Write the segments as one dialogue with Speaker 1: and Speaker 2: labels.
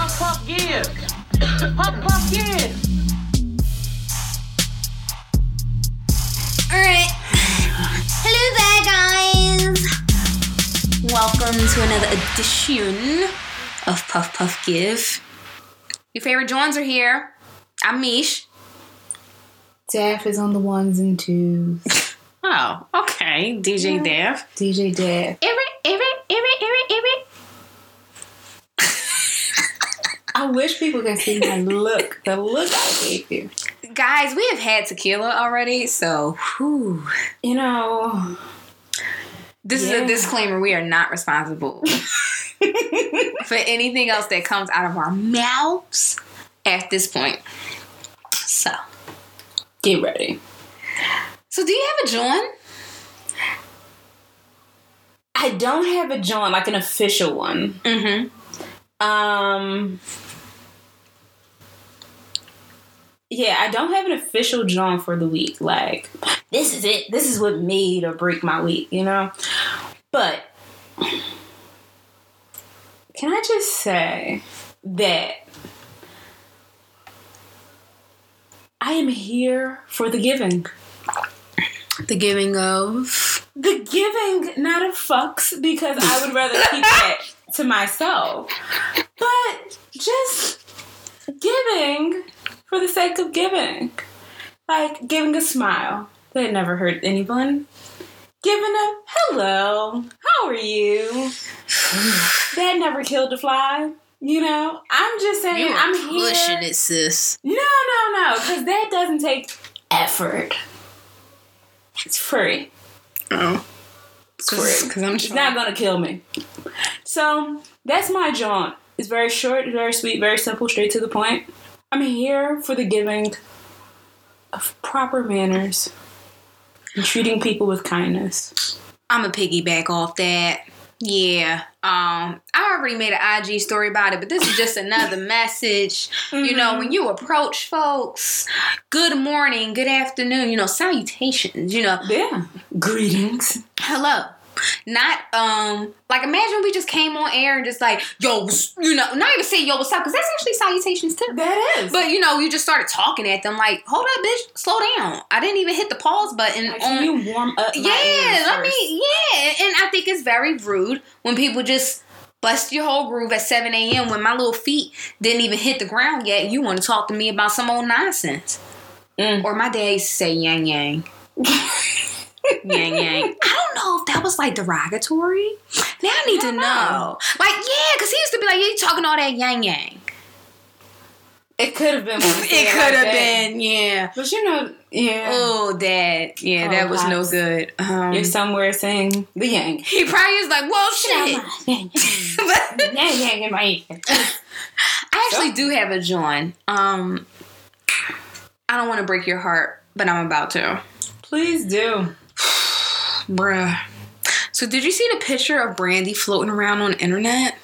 Speaker 1: yeah. Pop, pop, yeah.
Speaker 2: Alright. Hello there, guys. Welcome to another edition of Puff Puff Give. Your favorite joins are here. I'm Mish.
Speaker 3: Def is on the ones and twos.
Speaker 2: Oh, okay. DJ Dev.
Speaker 3: DJ Def.
Speaker 2: Every, every, every, every, every.
Speaker 3: I wish people could see my look. The look I gave you.
Speaker 2: Guys, we have had tequila already, so whew.
Speaker 3: You know,
Speaker 2: This is
Speaker 3: Yeah.
Speaker 2: a disclaimer. We are not responsible for anything else that comes out of our mouths at this point. So,
Speaker 3: get ready.
Speaker 2: so do you have a John?
Speaker 3: I don't have a John, like an official one.
Speaker 2: Mm-hmm.
Speaker 3: Um. Yeah, I don't have an official John for the week. Like, this is it. This is what made or break my week, you know? But can I just say that I am here for the giving.
Speaker 2: The giving of.
Speaker 3: The giving, not a fucks, because I would rather keep that to myself. But just giving for the sake of giving. Like giving a smile that never hurt anyone. Giving a hello, how are you? that never killed a fly. You know, I'm just saying, I'm here.
Speaker 2: it, sis.
Speaker 3: No, no, no, because that doesn't take effort. It's free.
Speaker 2: Oh. Because I'm
Speaker 3: It's not
Speaker 2: trying.
Speaker 3: gonna kill me. So that's my jaunt. It's very short, very sweet, very simple, straight to the point. I'm here for the giving of proper manners and treating people with kindness.
Speaker 2: I'm a piggyback off that. Yeah. Um, I already made an IG story about it, but this is just another message. You know, when you approach folks, good morning, good afternoon, you know, salutations, you know,
Speaker 3: Yeah. Greetings.
Speaker 2: hello. Not um like imagine we just came on air and just like, yo, what's- you know, not even say yo, what's up, because that's actually salutations too.
Speaker 3: That is.
Speaker 2: But you know, you just started talking at them like, hold up, bitch, slow down. I didn't even hit the pause button
Speaker 3: Like,
Speaker 2: on
Speaker 3: can you warm up? my
Speaker 2: yeah,
Speaker 3: ears
Speaker 2: I
Speaker 3: first?
Speaker 2: mean, yeah, and I think it's very rude when people just bust your whole groove at 7 a.m. when my little feet didn't even hit the ground yet. You want to talk to me about some old nonsense?
Speaker 3: Mm.
Speaker 2: Or my dad used to say yang yang. yang yang. I don't know if that was like derogatory. Now I need to
Speaker 3: No.
Speaker 2: know. Like, yeah, because he used to be like, you talking all that yang yang.
Speaker 3: it could have been.
Speaker 2: It could have been, yeah.
Speaker 3: But you know, yeah.
Speaker 2: Oh, dad. Yeah,
Speaker 3: Oh,
Speaker 2: that was no
Speaker 3: pops.
Speaker 2: good. Um,
Speaker 3: You're somewhere saying the yang.
Speaker 2: he probably was like, well, shit.
Speaker 3: Yang,
Speaker 2: But-
Speaker 3: yang, yang in my ear.
Speaker 2: I actually do have a John. Um, I don't want to break your heart, but I'm about to.
Speaker 3: Please do.
Speaker 2: Bruh. So did you see the picture of Brandy floating around on the internet?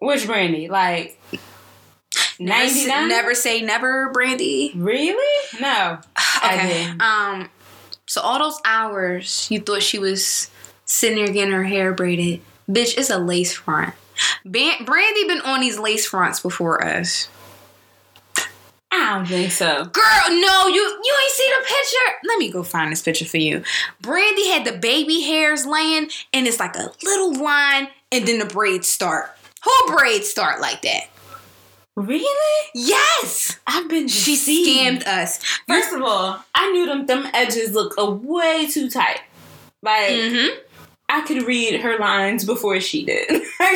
Speaker 3: Which brandy? Like
Speaker 2: Never say-
Speaker 3: 99?
Speaker 2: Never say never, Brandy.
Speaker 3: Really? No.
Speaker 2: Okay. Um, so all those hours you thought she was sitting there getting her hair braided, bitch, it's a lace front. Ban- Brandy been on these lace fronts before us.
Speaker 3: I don't think so.
Speaker 2: Girl, no, you you ain't see the picture. Let me go find this picture for you. Brandy had the baby hairs laying, and it's like a little line, and then the braids start. Who braids start like that?
Speaker 3: Really?
Speaker 2: Yes,
Speaker 3: I've been
Speaker 2: she
Speaker 3: deceived.
Speaker 2: scammed us.
Speaker 3: First of all, I knew them them edges look a way too tight. Like
Speaker 2: Mm-hmm.
Speaker 3: I could read her lines before she did. so I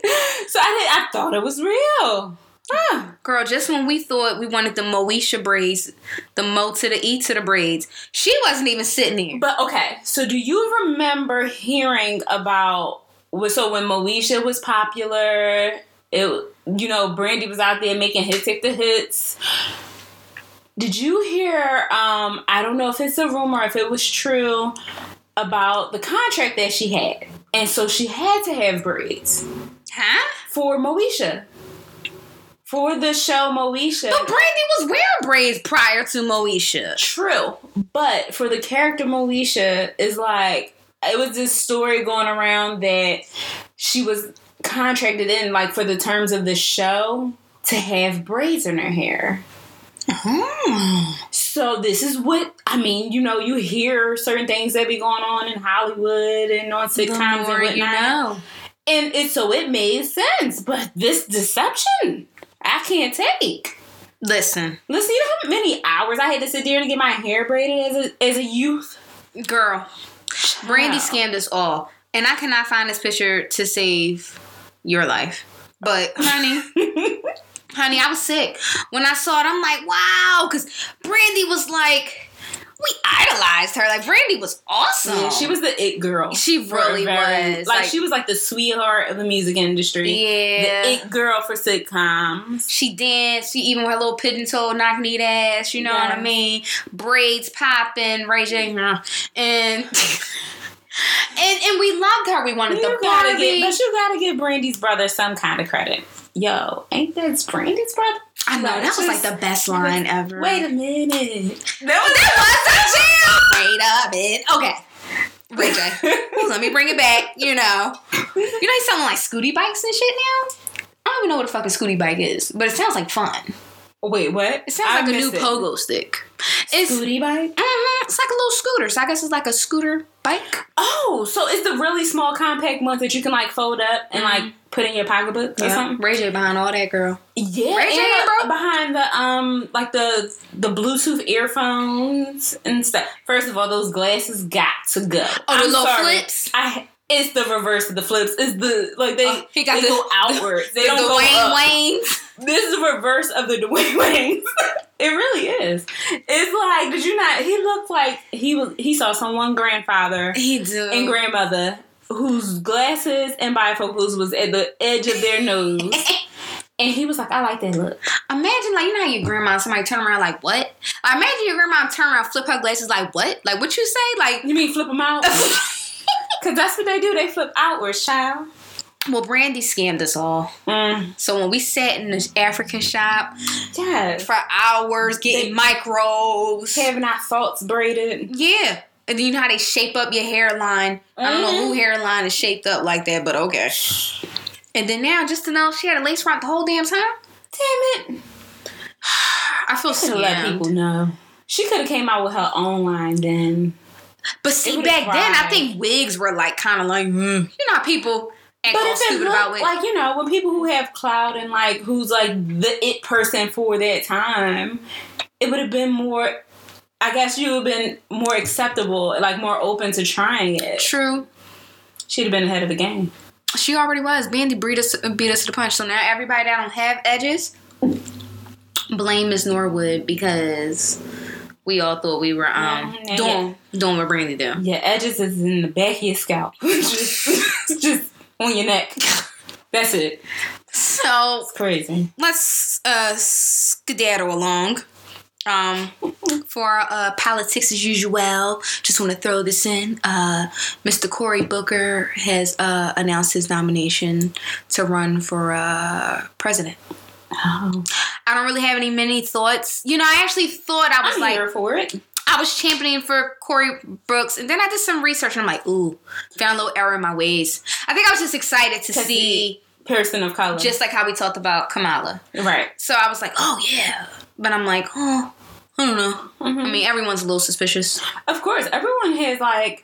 Speaker 3: did, I thought it was real. Huh.
Speaker 2: Girl, just when we thought we wanted the Moesha braids, the Mo to the E to the braids, she wasn't even sitting there.
Speaker 3: But okay, so do you remember hearing about well, so when Moesha was popular, it you know Brandy was out there making hits after hits. Did you hear? Um, I don't know if it's a rumor, if it was true about the contract that she had, and so she had to have braids
Speaker 2: Huh?
Speaker 3: for Moesha for the show Moesha.
Speaker 2: But Brandy was wearing braids prior to Moesha.
Speaker 3: True, but for the character Moesha is like it was this story going around that she was contracted in like for the terms of the show to have braids in her hair.
Speaker 2: Oh.
Speaker 3: So this is what I mean. You know, you hear certain things that be going on in Hollywood and on sitcoms and whatnot,
Speaker 2: you know.
Speaker 3: and it so it made sense. But this deception, I can't take.
Speaker 2: Listen,
Speaker 3: Listen, you know how many hours I had to sit there and get my hair braided as a as a youth.
Speaker 2: girl, Brandy
Speaker 3: Wow.
Speaker 2: scammed us all, and I cannot find this picture to save your life. But honey, honey, I was sick when I saw it. I'm like, wow, because Brandy was like, we idolized her. Like Brandy was awesome.
Speaker 3: Yeah, she was the it girl.
Speaker 2: She
Speaker 3: Oh. for a
Speaker 2: really
Speaker 3: very-
Speaker 2: was.
Speaker 3: Like, she was like the sweetheart of the music industry.
Speaker 2: Yeah.
Speaker 3: The it girl for sitcoms.
Speaker 2: She danced. She even with her little pigeon toe knock kneed ass. You know what I
Speaker 3: Yes.
Speaker 2: mean? Braids popping, Ray J, huh. and and and we loved her. We wanted the
Speaker 3: You gotta
Speaker 2: Barbie.
Speaker 3: get, but you gotta give Brandy's brother some kind of credit. Yo, ain't that Brandy's brother?
Speaker 2: I know that was like
Speaker 3: Just-
Speaker 2: the best line ever.
Speaker 3: Wait a minute.
Speaker 2: that was the jam. Wait a minute. Okay. Ray J, let me bring it back. You know, you know, you sound like Scooty bikes and shit now. I don't even know what a fucking Scooty bike is, but it sounds like fun.
Speaker 3: Wait, what?
Speaker 2: It sounds
Speaker 3: I
Speaker 2: like a new
Speaker 3: missed it.
Speaker 2: pogo stick. It's
Speaker 3: Scooty bike?
Speaker 2: hmm It's like a little scooter. So I guess it's like a scooter bike.
Speaker 3: Oh, so it's the really small compact ones that you can like fold up and like put in your pocketbook or something.
Speaker 2: Ray J behind all that girl.
Speaker 3: Yeah,
Speaker 2: Ray J,
Speaker 3: and uh,
Speaker 2: bro.
Speaker 3: behind the um like the the Bluetooth earphones and stuff. First of all, those glasses got to go.
Speaker 2: Oh, the
Speaker 3: I'm
Speaker 2: little
Speaker 3: sorry.
Speaker 2: flips?
Speaker 3: I it's the reverse of the flips. It's the like they
Speaker 2: Oh, he got
Speaker 3: they
Speaker 2: the-
Speaker 3: go outwards. They don't
Speaker 2: the
Speaker 3: go
Speaker 2: Wayne
Speaker 3: up.
Speaker 2: Waynes.
Speaker 3: This is the reverse of the Dwayne Wayne's. it really is. It's like did you not? He looked like he was. He saw someone grandfather
Speaker 2: He do.
Speaker 3: and grandmother whose glasses and bifocals was at the edge of their nose. And he was like, I like that look.
Speaker 2: imagine like you know how your grandma somebody turn around like what? Like, imagine your grandma turn around, flip her glasses like what? Like what you say? Like
Speaker 3: You mean flip them out? Cause that's what they do. They flip outwards, child.
Speaker 2: well, Brandy scammed us all.
Speaker 3: Mm.
Speaker 2: So when we sat in this African shop
Speaker 3: Yes.
Speaker 2: for hours getting micros,
Speaker 3: Having our thoughts braided.
Speaker 2: yeah. And then you know how they shape up your hairline. I don't know who hairline is shaped up like that, but okay. And then now, just to know she had a lace front the whole damn time.
Speaker 3: Damn it.
Speaker 2: I feel
Speaker 3: Should have let people
Speaker 2: scammed.
Speaker 3: know. She could have came out with her own line then.
Speaker 2: But see,
Speaker 3: would've
Speaker 2: back then, I
Speaker 3: cried.
Speaker 2: think wigs were like kind of like, mm. you know, how people act
Speaker 3: But
Speaker 2: all
Speaker 3: if it
Speaker 2: stupid about wigs.
Speaker 3: looked like, you know, when people who have clout and like who's like the it person for that time, it would have been more I guess you would have been more acceptable, like more open to trying it.
Speaker 2: True.
Speaker 3: She'd have been ahead of the game.
Speaker 2: She already was. Bandy beat us, beat us to the punch. So now everybody that don't have edges, blame Miss Norwood because we all thought we were um
Speaker 3: Mhm, yeah,
Speaker 2: doing doing what Brandy did.
Speaker 3: Your edges is in the back of your scalp. just, just on your neck. That's it.
Speaker 2: So
Speaker 3: It's crazy.
Speaker 2: let's uh skedaddle along. Um, for uh, politics as usual, just want to throw this in. Uh, Mr. Cory Booker has uh, announced his nomination to run for uh, president.
Speaker 3: Oh,
Speaker 2: I don't really have any many thoughts. You know, I actually thought I was
Speaker 3: I'm
Speaker 2: like
Speaker 3: here for it.
Speaker 2: I was championing for Cory Brooks, and then I did some research and I'm like, ooh, found a little error in my ways. I think I was just excited to
Speaker 3: To
Speaker 2: see,
Speaker 3: see. Person of color.
Speaker 2: just like how we talked about Kamala.
Speaker 3: right.
Speaker 2: So I was like, oh yeah. But I'm like, oh, I don't know.
Speaker 3: Mm-hmm.
Speaker 2: I mean, everyone's a little suspicious.
Speaker 3: Of course, everyone has like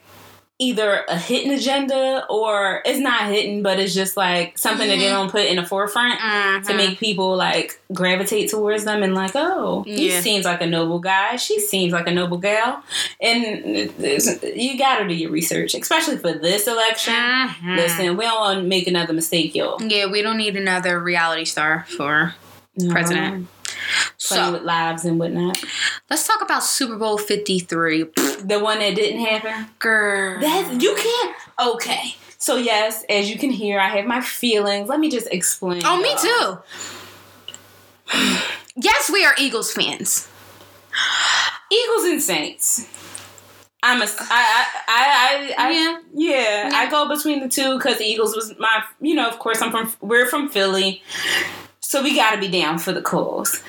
Speaker 3: either a hidden agenda or it's not hidden, but it's just like something that they
Speaker 2: Mm-hmm.
Speaker 3: don't put in the forefront to make people like gravitate towards them and like, oh,
Speaker 2: Yeah.
Speaker 3: he seems like a noble guy. She seems like a noble gal, and it's- you gotta do your research, especially for this election.
Speaker 2: Mhm.
Speaker 3: Listen, we don't want to make another mistake, y'all.
Speaker 2: Yeah, we don't need another reality star for president.
Speaker 3: Playing
Speaker 2: So
Speaker 3: with lives and whatnot.
Speaker 2: let's talk about Super Bowl 53.
Speaker 3: The one that didn't happen.
Speaker 2: Girl.
Speaker 3: That you can't. Okay. So yes, as you can hear, I have my feelings. Let me just explain.
Speaker 2: Oh, me
Speaker 3: y'all.
Speaker 2: too. yes, we are Eagles fans.
Speaker 3: Eagles and Saints. I'm a. I I I I. I
Speaker 2: Yeah.
Speaker 3: yeah.
Speaker 2: Yeah.
Speaker 3: I go between the two because the Eagles was my. You know, of course, I'm from. We're from Philly, so we got to be down for the cause.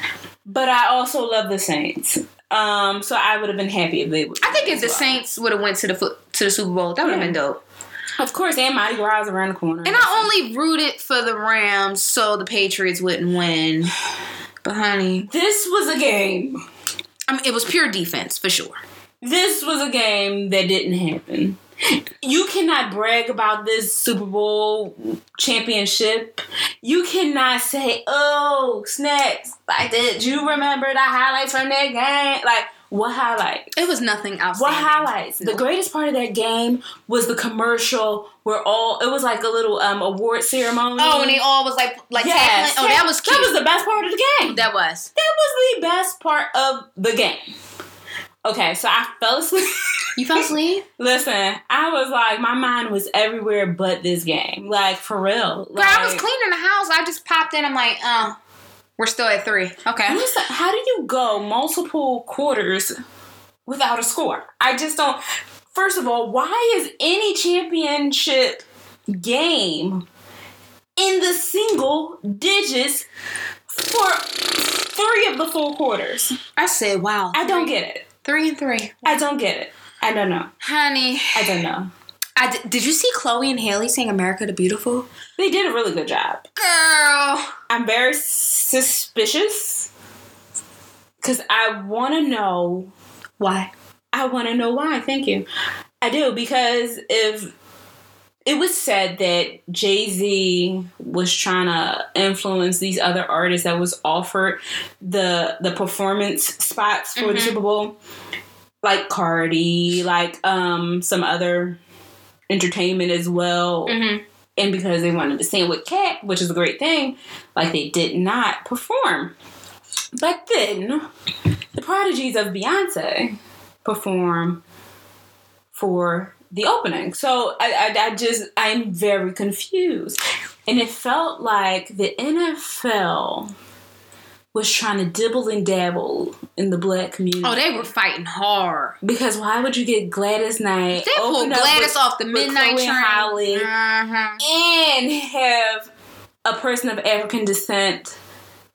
Speaker 3: But I also love the Saints. Um, so I would have been happy if they. would
Speaker 2: I think if
Speaker 3: as
Speaker 2: the
Speaker 3: well.
Speaker 2: Saints would have went to the fo- to the Super Bowl, that would have
Speaker 3: Yeah.
Speaker 2: been dope.
Speaker 3: Of course, and Mardi Gras is around the corner.
Speaker 2: And I only rooted for the Rams so the Patriots wouldn't win. But honey,
Speaker 3: this was a game.
Speaker 2: I mean, it was pure defense for sure.
Speaker 3: This was a game that didn't happen. You cannot brag about this Super Bowl championship. You cannot say, "Oh, snacks! Like, did you remember the highlights from that game? Like, what highlights?
Speaker 2: It was nothing
Speaker 3: What
Speaker 2: outstanding.
Speaker 3: highlights? The greatest part of that game was the commercial where all it was like a little um award ceremony.
Speaker 2: Oh, and they all was like like
Speaker 3: Yes.
Speaker 2: tackling. Oh, that was cute.
Speaker 3: That was the best part of the game.
Speaker 2: That was.
Speaker 3: That was the best part of the game. Okay, so I fell asleep.
Speaker 2: You fell asleep?
Speaker 3: Listen, I was like, my mind was everywhere but this game. Like for real.
Speaker 2: Girl, I was
Speaker 3: Like,
Speaker 2: cleaning the house. I just popped in. I'm like, uh, we're still at three. Okay.
Speaker 3: Listen, how do you go multiple quarters without a score? I just don't. First of all, why is any championship game in the single digits for three of the full quarters?
Speaker 2: I said, wow.
Speaker 3: I don't get it.
Speaker 2: Three and three.
Speaker 3: I don't get it. I don't know.
Speaker 2: Honey,
Speaker 3: I don't know.
Speaker 2: I d- did you see Chloe and Haley sing America the Beautiful?
Speaker 3: They did a really good job.
Speaker 2: Girl.
Speaker 3: I'm very suspicious because I want to know
Speaker 2: Why?
Speaker 3: I want to know why. Thank you. I do because if it was said that Jay Z was trying to influence these other artists that was offered the the performance spots for the
Speaker 2: Mhm.
Speaker 3: Super Bowl, like Cardi, like um some other entertainment as well,
Speaker 2: Mm-hmm.
Speaker 3: and because they wanted to sing with Cat, which is a great thing, like they did not perform. But then the prodigies of Beyonce perform for the opening. So I, I, I just, I'm very confused. And it felt like the NFL was trying to dibble and dabble in the black community.
Speaker 2: Oh, they were fighting hard.
Speaker 3: Because why would you get Gladys Knight?
Speaker 2: They pulled
Speaker 3: open up
Speaker 2: Gladys
Speaker 3: with-
Speaker 2: off the
Speaker 3: with
Speaker 2: midnight
Speaker 3: Chloe
Speaker 2: train.
Speaker 3: Holly
Speaker 2: Mhm.
Speaker 3: and have a person of African descent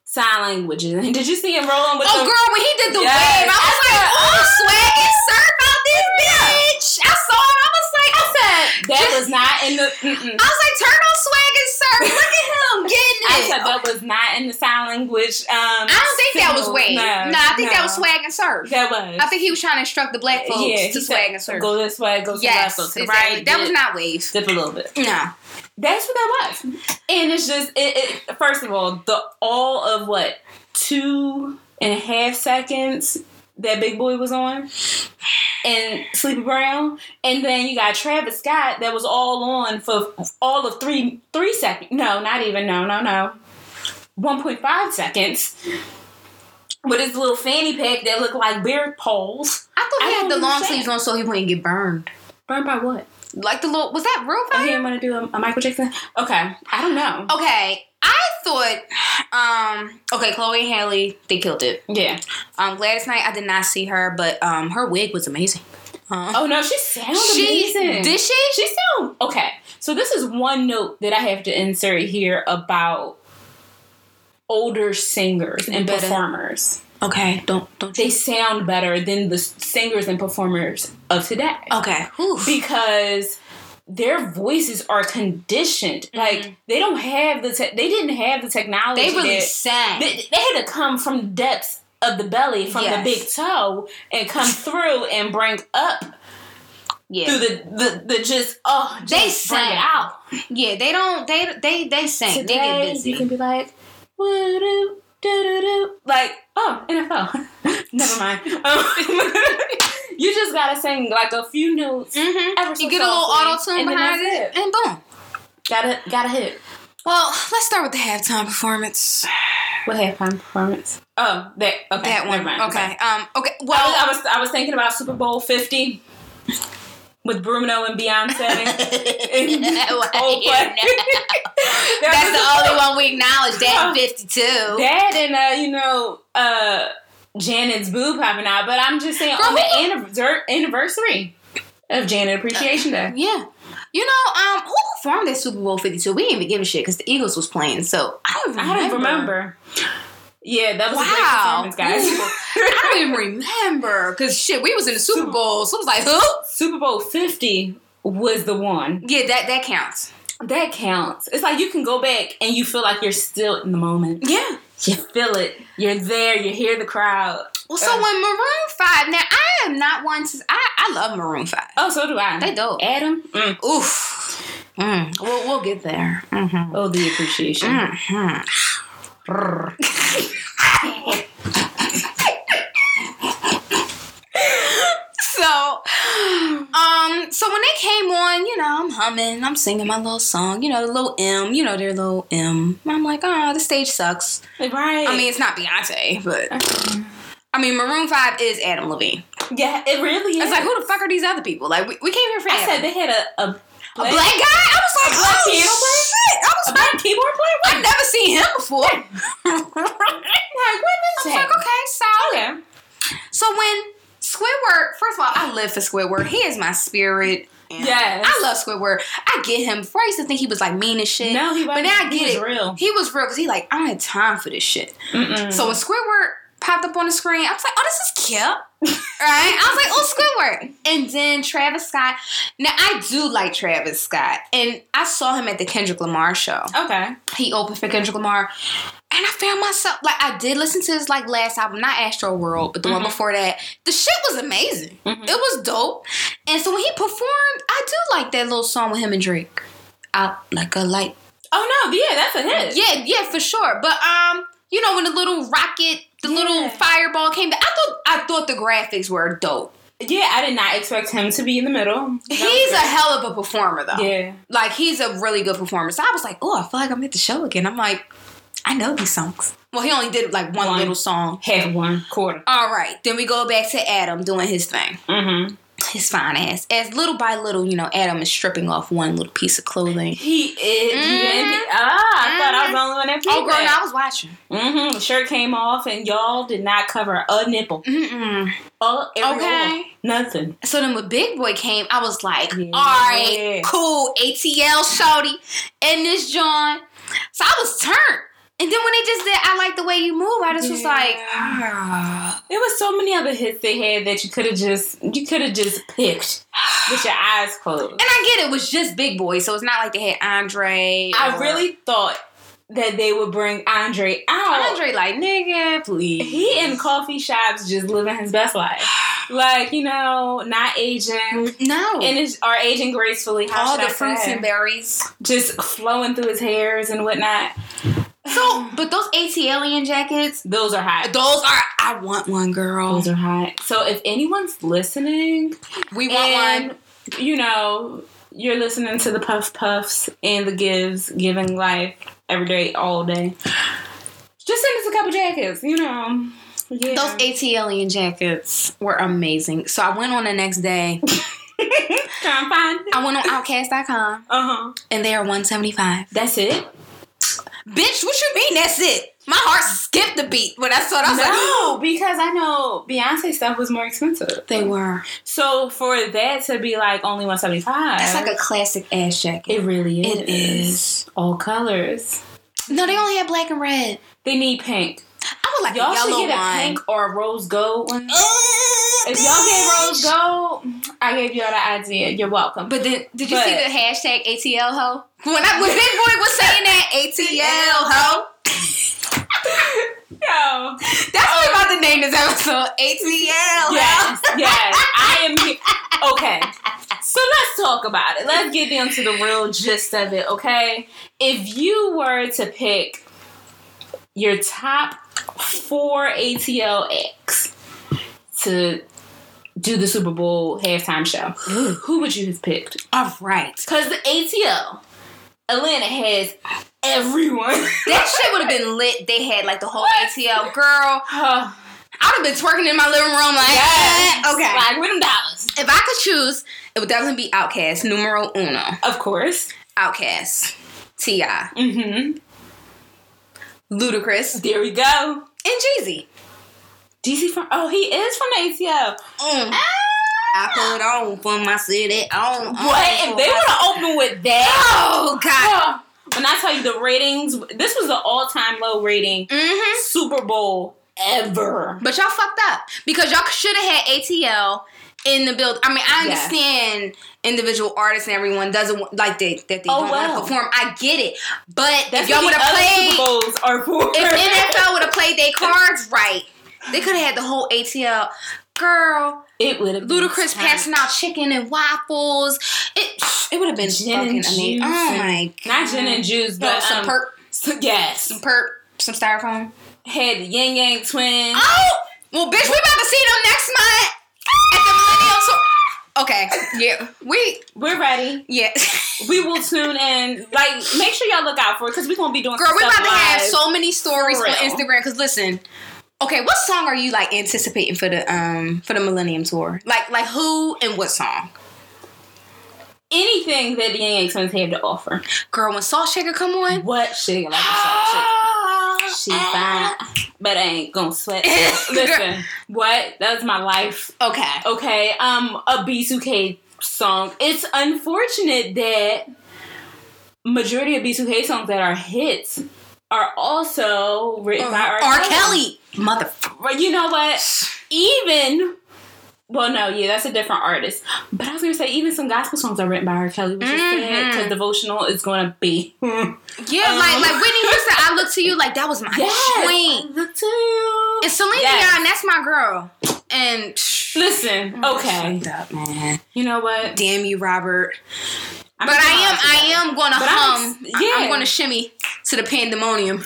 Speaker 3: sign languages. And did you see him rolling with
Speaker 2: Oh,
Speaker 3: the
Speaker 2: girl, when he did the
Speaker 3: Yes.
Speaker 2: wave, I was like, oh, swag and surf out this bitch. I saw him. I was like, I said,
Speaker 3: that was not in the. Mm-mm.
Speaker 2: I was like, turn on swag and surf. Look at him getting
Speaker 3: I
Speaker 2: it.
Speaker 3: said that was not in the sign language. Um,
Speaker 2: I don't think that was wave. No, I think that was swag and surf.
Speaker 3: That was.
Speaker 2: I think he was trying to instruct the black folks
Speaker 3: Yeah, he
Speaker 2: to
Speaker 3: said,
Speaker 2: swag and surf.
Speaker 3: Go this way, go to
Speaker 2: yes,
Speaker 3: the left, go to the
Speaker 2: exactly.
Speaker 3: right.
Speaker 2: That
Speaker 3: dip-
Speaker 2: was not wave.
Speaker 3: Dip a little bit.
Speaker 2: No.
Speaker 3: That's what that was. And it's just it, it first of all, the all of what, two and a half seconds that Big Boy was on and Sleepy Brown. And then you got Travis Scott that was all on for all of three three seconds. No, not even no, no, no. 1.5 seconds with his little fanny pack that looked like bear paws.
Speaker 2: I thought
Speaker 3: I
Speaker 2: he
Speaker 3: don't
Speaker 2: had the long
Speaker 3: understand.
Speaker 2: sleeves on so he wouldn't get burned.
Speaker 3: Burned by what?
Speaker 2: Like the little, was that real
Speaker 3: Oh, he
Speaker 2: fire?
Speaker 3: didn't want to do a, a Michael Jackson? Okay. I don't know.
Speaker 2: Oh. Okay, I thought, um, okay, Chloe and Haley, they killed it.
Speaker 3: Yeah.
Speaker 2: Um, Gladys Knight, I did not see her, but um, her wig was amazing. Uh,
Speaker 3: Oh no, she sounds
Speaker 2: she
Speaker 3: amazing.
Speaker 2: did she?
Speaker 3: She sound okay. So this is one note that I have to insert here about older singers and
Speaker 2: Better.
Speaker 3: performers.
Speaker 2: Okay, don't don't
Speaker 3: They
Speaker 2: you-
Speaker 3: sound better than the s- singers and performers of today
Speaker 2: Okay, Oof.
Speaker 3: because their voices are conditioned. Like they don't have the te- they didn't have the technology.
Speaker 2: Mm-hmm. they really
Speaker 3: that-
Speaker 2: sang.
Speaker 3: they, they had to come from the depths of the belly from
Speaker 2: Yes.
Speaker 3: the big toe and come through and bring up
Speaker 2: yeah,
Speaker 3: through the, the the just oh
Speaker 2: They
Speaker 3: just bring it
Speaker 2: sang.
Speaker 3: out.
Speaker 2: yeah, they don't. They they they sang. they get
Speaker 3: Today,
Speaker 2: busy.
Speaker 3: you can be like, woo doo doo doo doo, like oh NFL. Never mind. Um, you just gotta sing like a few notes. Ever
Speaker 2: Mm-hmm.
Speaker 3: so
Speaker 2: You get a little
Speaker 3: softly,
Speaker 2: auto tune
Speaker 3: and then
Speaker 2: behind it,
Speaker 3: that's
Speaker 2: and boom.
Speaker 3: Gotta gotta hit.
Speaker 2: Well, let's start with the halftime performance.
Speaker 3: What halftime performance? Oh, that okay.
Speaker 2: that one.
Speaker 3: never mind.
Speaker 2: Okay. Um. Okay. Well,
Speaker 3: I was, I was I was thinking about Super Bowl Fifty with Bruno and Beyonce. and Coldplay. That
Speaker 2: That's
Speaker 3: was
Speaker 2: the
Speaker 3: a-
Speaker 2: only one we acknowledge. That
Speaker 3: Oh.
Speaker 2: fifty-two.
Speaker 3: that and uh, you know, uh, Janet's boob popping out. But I'm just saying on the anniver- anniversary of Janet Appreciation Day.
Speaker 2: Yeah. You know, um, who performed that Super Bowl 52? We didn't even give a shit because the Eagles was playing. So I don't remember.
Speaker 3: I don't remember. Yeah, that was
Speaker 2: Wow.
Speaker 3: a great performance, guys.
Speaker 2: I don't even remember because shit, we was in the Super Bowl. So it was like, who?
Speaker 3: Super Bowl 50 was the one.
Speaker 2: Yeah, that that counts.
Speaker 3: That counts. It's like you can go back and you feel like you're still in the moment.
Speaker 2: Yeah.
Speaker 3: You feel it. You're there. You hear the crowd.
Speaker 2: Well, so
Speaker 3: Uh.
Speaker 2: when Maroon Five, now I am not one to. I I love Maroon Five.
Speaker 3: Oh, so do I.
Speaker 2: They dope.
Speaker 3: Adam. Mm.
Speaker 2: Oof. Mm. We'll we'll get there. Mm-hmm.
Speaker 3: Oh, the appreciation.
Speaker 2: Mm-hmm.
Speaker 3: Brr.
Speaker 2: So, um, so when they came on, you know, I'm humming, I'm singing my little song, you know, the little M, you know, their little M. I'm like, oh, the stage sucks.
Speaker 3: Right.
Speaker 2: Mm. I mean, it's not Beyonce, but I mean, Maroon Five is Adam Levine.
Speaker 3: yeah, it really is.
Speaker 2: It's like, who the fuck are these other people? Like, we, we came here for
Speaker 3: I
Speaker 2: Adam.
Speaker 3: said they had a a
Speaker 2: a black guy. I was like,
Speaker 3: A black
Speaker 2: oh
Speaker 3: piano
Speaker 2: shit! I was
Speaker 3: a
Speaker 2: like,
Speaker 3: black keyboard player.
Speaker 2: I've never seen him before.
Speaker 3: Like, what
Speaker 2: I'm
Speaker 3: is
Speaker 2: like,
Speaker 3: that?
Speaker 2: okay, solid.
Speaker 3: Okay.
Speaker 2: So when Squidward, first of all, I live for Squidward. He is my spirit. And
Speaker 3: Yes.
Speaker 2: I love Squidward. I get him. Before I used to think he was like mean as shit.
Speaker 3: No, he wasn't.
Speaker 2: But now I
Speaker 3: He
Speaker 2: get
Speaker 3: was
Speaker 2: it.
Speaker 3: real. Mm-hmm.
Speaker 2: He was real because he like, I don't have time for this shit.
Speaker 3: Mm-mm.
Speaker 2: So when Squidward popped up on the screen, I was like, oh, this is cute. right? I was like, oh, Squidward. And then Travis Scott. Now, I do like Travis Scott. And I saw him at the Kendrick Lamar show
Speaker 3: okay.
Speaker 2: he opened for Kendrick Lamar. And I found myself like I did listen to his like last album, not Astro World, but the one
Speaker 3: Mhm.
Speaker 2: before that. The shit was amazing.
Speaker 3: Mhm.
Speaker 2: It was dope. And so when he performed, I do like that little song with him and Drake. Out like a light.
Speaker 3: Oh no, yeah, that's a hit.
Speaker 2: Yeah, yeah, for sure. But um, you know when the little rocket, the little
Speaker 3: Yeah.
Speaker 2: fireball came back, I thought I thought the graphics were dope.
Speaker 3: Yeah, I did not expect him to be in the middle. That
Speaker 2: He's a
Speaker 3: was
Speaker 2: hell of a performer though.
Speaker 3: good. yeah.
Speaker 2: Like he's a really good performer. So I was like, oh, I feel like I'm at the show again. I'm like, I know these songs. Well, he only did like one,
Speaker 3: One.
Speaker 2: little song.
Speaker 3: Half one quarter.
Speaker 2: All right, then we go back to Adam doing his thing,
Speaker 3: Mm-hmm.
Speaker 2: his fine ass. As little by little, you know, Adam is stripping off one little piece of clothing.
Speaker 3: He is. he
Speaker 2: Mhm.
Speaker 3: didn't- ah, I thought I was the only one that
Speaker 2: Oh, girl, no,
Speaker 3: that.
Speaker 2: I was watching.
Speaker 3: Mm-hmm. The shirt came off, and y'all did not cover a nipple.
Speaker 2: Mm-mm.
Speaker 3: Oh,
Speaker 2: Okay.
Speaker 3: Nothing.
Speaker 2: So then when Big Boy came, I was like,
Speaker 3: Yeah.
Speaker 2: all right, cool, ATL shorty in this joint. So I was turned. And then when they just did I Like the Way You Move, I just was
Speaker 3: Yeah.
Speaker 2: like, ah.
Speaker 3: There was so many other hits they had that you could have just you could have just picked with your eyes closed.
Speaker 2: and I get it, it was just Big Boy, so it's not like they had Andre.
Speaker 3: I
Speaker 2: or-
Speaker 3: really thought that they would bring Andre out.
Speaker 2: Andre, like, nigga, please.
Speaker 3: He in coffee shops just living his best life. Like, you know, not aging.
Speaker 2: No.
Speaker 3: And it's are aging gracefully. How
Speaker 2: Mm-hmm. all
Speaker 3: should
Speaker 2: the
Speaker 3: I
Speaker 2: fruits
Speaker 3: say?
Speaker 2: and berries.
Speaker 3: just flowing through his hairs and whatnot.
Speaker 2: So, but those ATLian jackets,
Speaker 3: Those are hot.
Speaker 2: those are. I want one, girl.
Speaker 3: Those are hot. So if anyone's listening,
Speaker 2: We want
Speaker 3: and
Speaker 2: one.
Speaker 3: you know you're listening to the puff puffs and the gives giving life every day all day just send us a couple jackets you know yeah.
Speaker 2: Those ATLian jackets were amazing. So I went on the next day.
Speaker 3: Try and find it.
Speaker 2: I went on Outcast.com
Speaker 3: uh-huh
Speaker 2: and they are 175.
Speaker 3: that's it
Speaker 2: Bitch, what you mean that's it? My heart skipped a beat when I saw that. I was like,
Speaker 3: no "Oh, because i know beyonce stuff was more expensive
Speaker 2: they were.
Speaker 3: so for that to be like only 175
Speaker 2: That's like a classic ass jacket.
Speaker 3: it really is
Speaker 2: It is.
Speaker 3: all colors
Speaker 2: No, they only had black and red.
Speaker 3: they need pink
Speaker 2: I would like
Speaker 3: y'all
Speaker 2: a
Speaker 3: should
Speaker 2: yellow
Speaker 3: get a
Speaker 2: one.
Speaker 3: pink or a rose gold one
Speaker 2: Ugh,
Speaker 3: If y'all
Speaker 2: bitch.
Speaker 3: gave Rose gold, I gave y'all the idea. You're welcome.
Speaker 2: But then, did you see
Speaker 3: But-
Speaker 2: the hashtag ATL hoe? When I when Big Boy was saying that ATL hoe,
Speaker 3: yo,
Speaker 2: that's what we're about to name this episode ATL
Speaker 3: yes,
Speaker 2: hoe.
Speaker 3: yes, I am here. Okay, so let's talk about it. Let's get down to the real gist of it. Okay, if you were to pick your top four ATL acts to do the Super Bowl halftime show, who would you have picked?
Speaker 2: All right,
Speaker 3: Because the ATL Atlanta has everyone.
Speaker 2: that shit would have been lit. They had like the whole ATL girl.
Speaker 3: Uh,
Speaker 2: I'd have been twerking in my living room like,
Speaker 3: Yes.
Speaker 2: eh, okay.
Speaker 3: Like with them dollars.
Speaker 2: If I could choose, it would definitely be Outcast numero uno.
Speaker 3: Of course.
Speaker 2: Outcast, Ti,
Speaker 3: Mm-hmm.
Speaker 2: Ludacris,
Speaker 3: There we go.
Speaker 2: and Jeezy.
Speaker 3: DC from oh he is from the ATL.
Speaker 2: Mm. I put it on for my city. On
Speaker 3: What if they would
Speaker 2: Ah.
Speaker 3: have opened with that?
Speaker 2: Oh God.
Speaker 3: Huh. When I tell you the ratings, this was the all-time low rating
Speaker 2: Mm-hmm.
Speaker 3: Super Bowl ever.
Speaker 2: But y'all fucked up because y'all should have had ATL in the build. I mean, I
Speaker 3: Yeah.
Speaker 2: understand individual artists and everyone doesn't want- like they that they
Speaker 3: Oh,
Speaker 2: don't
Speaker 3: well.
Speaker 2: want to perform. I get it, but
Speaker 3: That's
Speaker 2: if y'all
Speaker 3: what
Speaker 2: would
Speaker 3: the
Speaker 2: have
Speaker 3: other Super
Speaker 2: played,
Speaker 3: Bowls are for.
Speaker 2: if NFL would have played their cards right, they could have had the whole ATL. Girl,
Speaker 3: it would have
Speaker 2: Ludacris passing out chicken and waffles. It it would have been
Speaker 3: Gin
Speaker 2: fucking
Speaker 3: and
Speaker 2: amazing.
Speaker 3: juice
Speaker 2: Oh
Speaker 3: and-
Speaker 2: my god!
Speaker 3: not gin and juice,
Speaker 2: no,
Speaker 3: but
Speaker 2: some
Speaker 3: um,
Speaker 2: perp,
Speaker 3: so- yes,
Speaker 2: some perp, some styrofoam.
Speaker 3: had the Yang Yang twins.
Speaker 2: Oh, well, bitch, we about to see them next month at the Millennium Tour. Okay, yeah, we
Speaker 3: We're ready.
Speaker 2: yeah,
Speaker 3: We will tune in. Like, make sure y'all look out for it because we're gonna be doing.
Speaker 2: girl,
Speaker 3: some
Speaker 2: we
Speaker 3: stuff
Speaker 2: about to have
Speaker 3: live.
Speaker 2: so many stories
Speaker 3: For
Speaker 2: on
Speaker 3: real.
Speaker 2: Instagram. Cause listen, okay, what song are you like anticipating for the um for the Millennium Tour? Like like who and what song?
Speaker 3: anything that the Yang Yang twins have to offer.
Speaker 2: Girl, when Salt Shaker come on,
Speaker 3: What she like? a
Speaker 2: Ah,
Speaker 3: She fine, but I ain't gonna sweat.
Speaker 2: Girl.
Speaker 3: Listen, what? That's my life.
Speaker 2: Okay,
Speaker 3: Okay, um, a B2K song. It's unfortunate that majority of B2K songs that are hits are also written by R.
Speaker 2: R. Kelly, motherfucker.
Speaker 3: But you know what? Even well, no, yeah, that's a different artist. But I was gonna say even some gospel songs are written by R. Kelly, which is sad
Speaker 2: Mhm.
Speaker 3: because devotional is gonna be.
Speaker 2: Yeah,
Speaker 3: Um.
Speaker 2: like like Whitney Houston, I look to you like that was my
Speaker 3: Yes,
Speaker 2: queen.
Speaker 3: look to you.
Speaker 2: And Celine
Speaker 3: Yes.
Speaker 2: Dion, that's my girl. And psh,
Speaker 3: Listen, okay,
Speaker 2: Fucked up, man.
Speaker 3: you know what?
Speaker 2: Damn you, Robert.
Speaker 3: I'm
Speaker 2: But
Speaker 3: gonna
Speaker 2: I
Speaker 3: be
Speaker 2: am,
Speaker 3: honest with you.
Speaker 2: I am going to
Speaker 3: But I'm
Speaker 2: hum.
Speaker 3: ex-
Speaker 2: I-
Speaker 3: yeah.
Speaker 2: I'm going to shimmy to the pandemonium.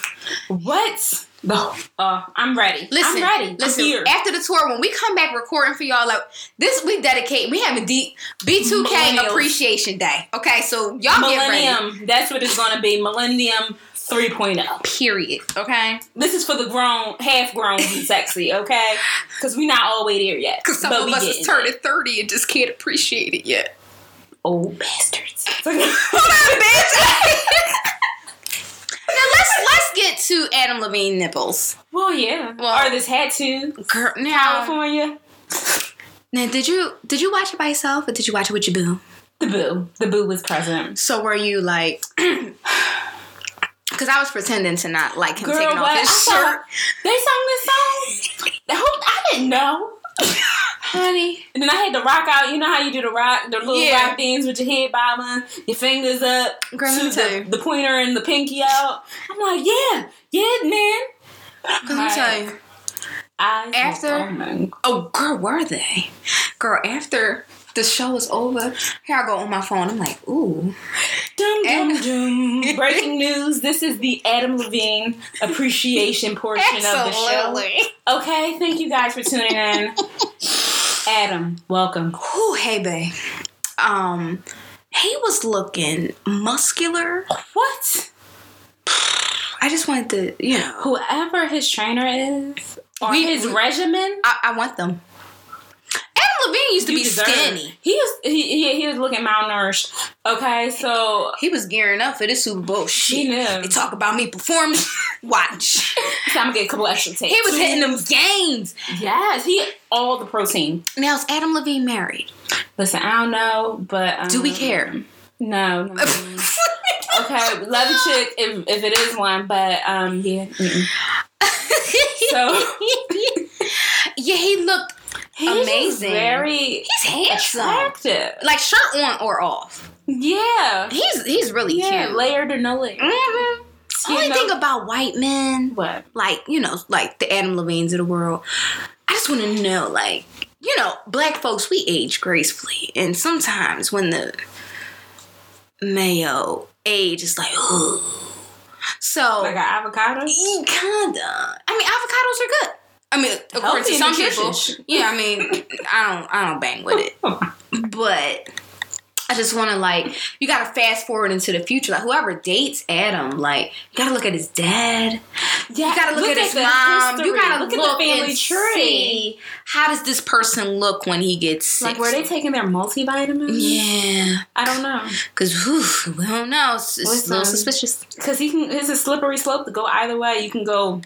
Speaker 3: What? The, uh, I'm ready.
Speaker 2: Listen,
Speaker 3: I'm ready.
Speaker 2: listen.
Speaker 3: I'm here.
Speaker 2: After the tour, when we come back recording for y'all, like this, we dedicate. We have a deep B2K
Speaker 3: Millennials.
Speaker 2: Appreciation Day. Okay, so y'all get ready.
Speaker 3: Millennium. That's what it's gonna be. Millennium 3.0.
Speaker 2: Period. Okay.
Speaker 3: This is for the grown, half grown, and sexy. Okay, because we're not all the way there yet.
Speaker 2: Because some
Speaker 3: But
Speaker 2: of
Speaker 3: we
Speaker 2: us
Speaker 3: getting
Speaker 2: is turning thirty and just can't appreciate it yet.
Speaker 3: old bastards.
Speaker 2: Hold on, bitch. now let's let's get to Adam Levine nipples.
Speaker 3: well, yeah.
Speaker 2: Well-
Speaker 3: or this tattoo,
Speaker 2: Girl, now,
Speaker 3: California.
Speaker 2: now did you did you watch it by yourself or did you watch it with your boo?
Speaker 3: The boo. The boo was present.
Speaker 2: So were you like? Because I was pretending to not like him
Speaker 3: Girl,
Speaker 2: taking off
Speaker 3: what?
Speaker 2: his
Speaker 3: I
Speaker 2: shirt.
Speaker 3: thought- They sung this song. The whole- I didn't know.
Speaker 2: Honey,
Speaker 3: And then I had to rock out. You know how you do the rock, the little
Speaker 2: Yeah.
Speaker 3: rock things with your head bobbing, your fingers up,
Speaker 2: Girl, let me
Speaker 3: to
Speaker 2: tell you.
Speaker 3: the, the pointer and the pinky out. I'm like, yeah, yeah, man.
Speaker 2: let me tell you.
Speaker 3: I
Speaker 2: After- Oh, girl, were they? Girl, after the show was over, here I go on my phone. I'm like, ooh,
Speaker 3: Dum, dum,
Speaker 2: And-
Speaker 3: dum. Breaking news. This is the Adam Levine appreciation portion of the show. Okay, thank you guys for tuning in. Adam, welcome.
Speaker 2: Ooh, hey, babe. Um, he was looking muscular.
Speaker 3: What?
Speaker 2: I just wanted to, you know,
Speaker 3: Whoever his trainer is, or
Speaker 2: We-
Speaker 3: his
Speaker 2: we-
Speaker 3: regimen.
Speaker 2: I, I want them. Adam Levine used to
Speaker 3: you
Speaker 2: be
Speaker 3: deserve.
Speaker 2: skinny.
Speaker 3: He was he, he he was looking malnourished. Okay, so
Speaker 2: He was gearing up for this Super Bowl.
Speaker 3: he
Speaker 2: Shit.
Speaker 3: knew.
Speaker 2: They talk about me performing. Watch.
Speaker 3: So I'm gonna get a couple extra takes.
Speaker 2: He was hitting them games.
Speaker 3: Yes, he all the protein.
Speaker 2: Now is Adam Levine married?
Speaker 3: Listen, I don't know, but um,
Speaker 2: Do we care?
Speaker 3: No. no, no, no. Mm-hmm. okay, love a chick if, if it is one, but um, yeah. mm-mm. So
Speaker 2: yeah, he looked
Speaker 3: he's just
Speaker 2: Amazing.
Speaker 3: very
Speaker 2: he's handsome.
Speaker 3: attractive.
Speaker 2: Like shirt on or off.
Speaker 3: Yeah,
Speaker 2: He's he's really
Speaker 3: yeah,
Speaker 2: cute.
Speaker 3: layered or no layer.
Speaker 2: Mhm.
Speaker 3: You
Speaker 2: Only
Speaker 3: know-
Speaker 2: thing about white men,
Speaker 3: what?
Speaker 2: like, you know, like the Adam Levines of the world, I just wanna know, like, you know, black folks, we age gracefully. And sometimes when the mayo age is like, oh. So
Speaker 3: Like an avocado.
Speaker 2: Mm, Kinda. I mean, avocados are good. I mean, according
Speaker 3: Healthy
Speaker 2: to
Speaker 3: and
Speaker 2: some
Speaker 3: nutritious.
Speaker 2: people. Yeah, I mean, I don't, I don't bang with it, but I just want to like, you gotta fast forward into the future. Like, whoever dates Adam, like, you gotta look at his dad.
Speaker 3: Yeah,
Speaker 2: You gotta look, at, his
Speaker 3: the
Speaker 2: mom. You
Speaker 3: history.
Speaker 2: gotta
Speaker 3: look
Speaker 2: look,
Speaker 3: at the family
Speaker 2: and
Speaker 3: tree.
Speaker 2: see how does this person look when he gets sick.
Speaker 3: Like, were they taking their multivitamins?
Speaker 2: yeah,
Speaker 3: I don't know.
Speaker 2: because we don't know. It's, it's a little
Speaker 3: Listen.
Speaker 2: suspicious.
Speaker 3: Because he can, it's a slippery slope to go either way. You can go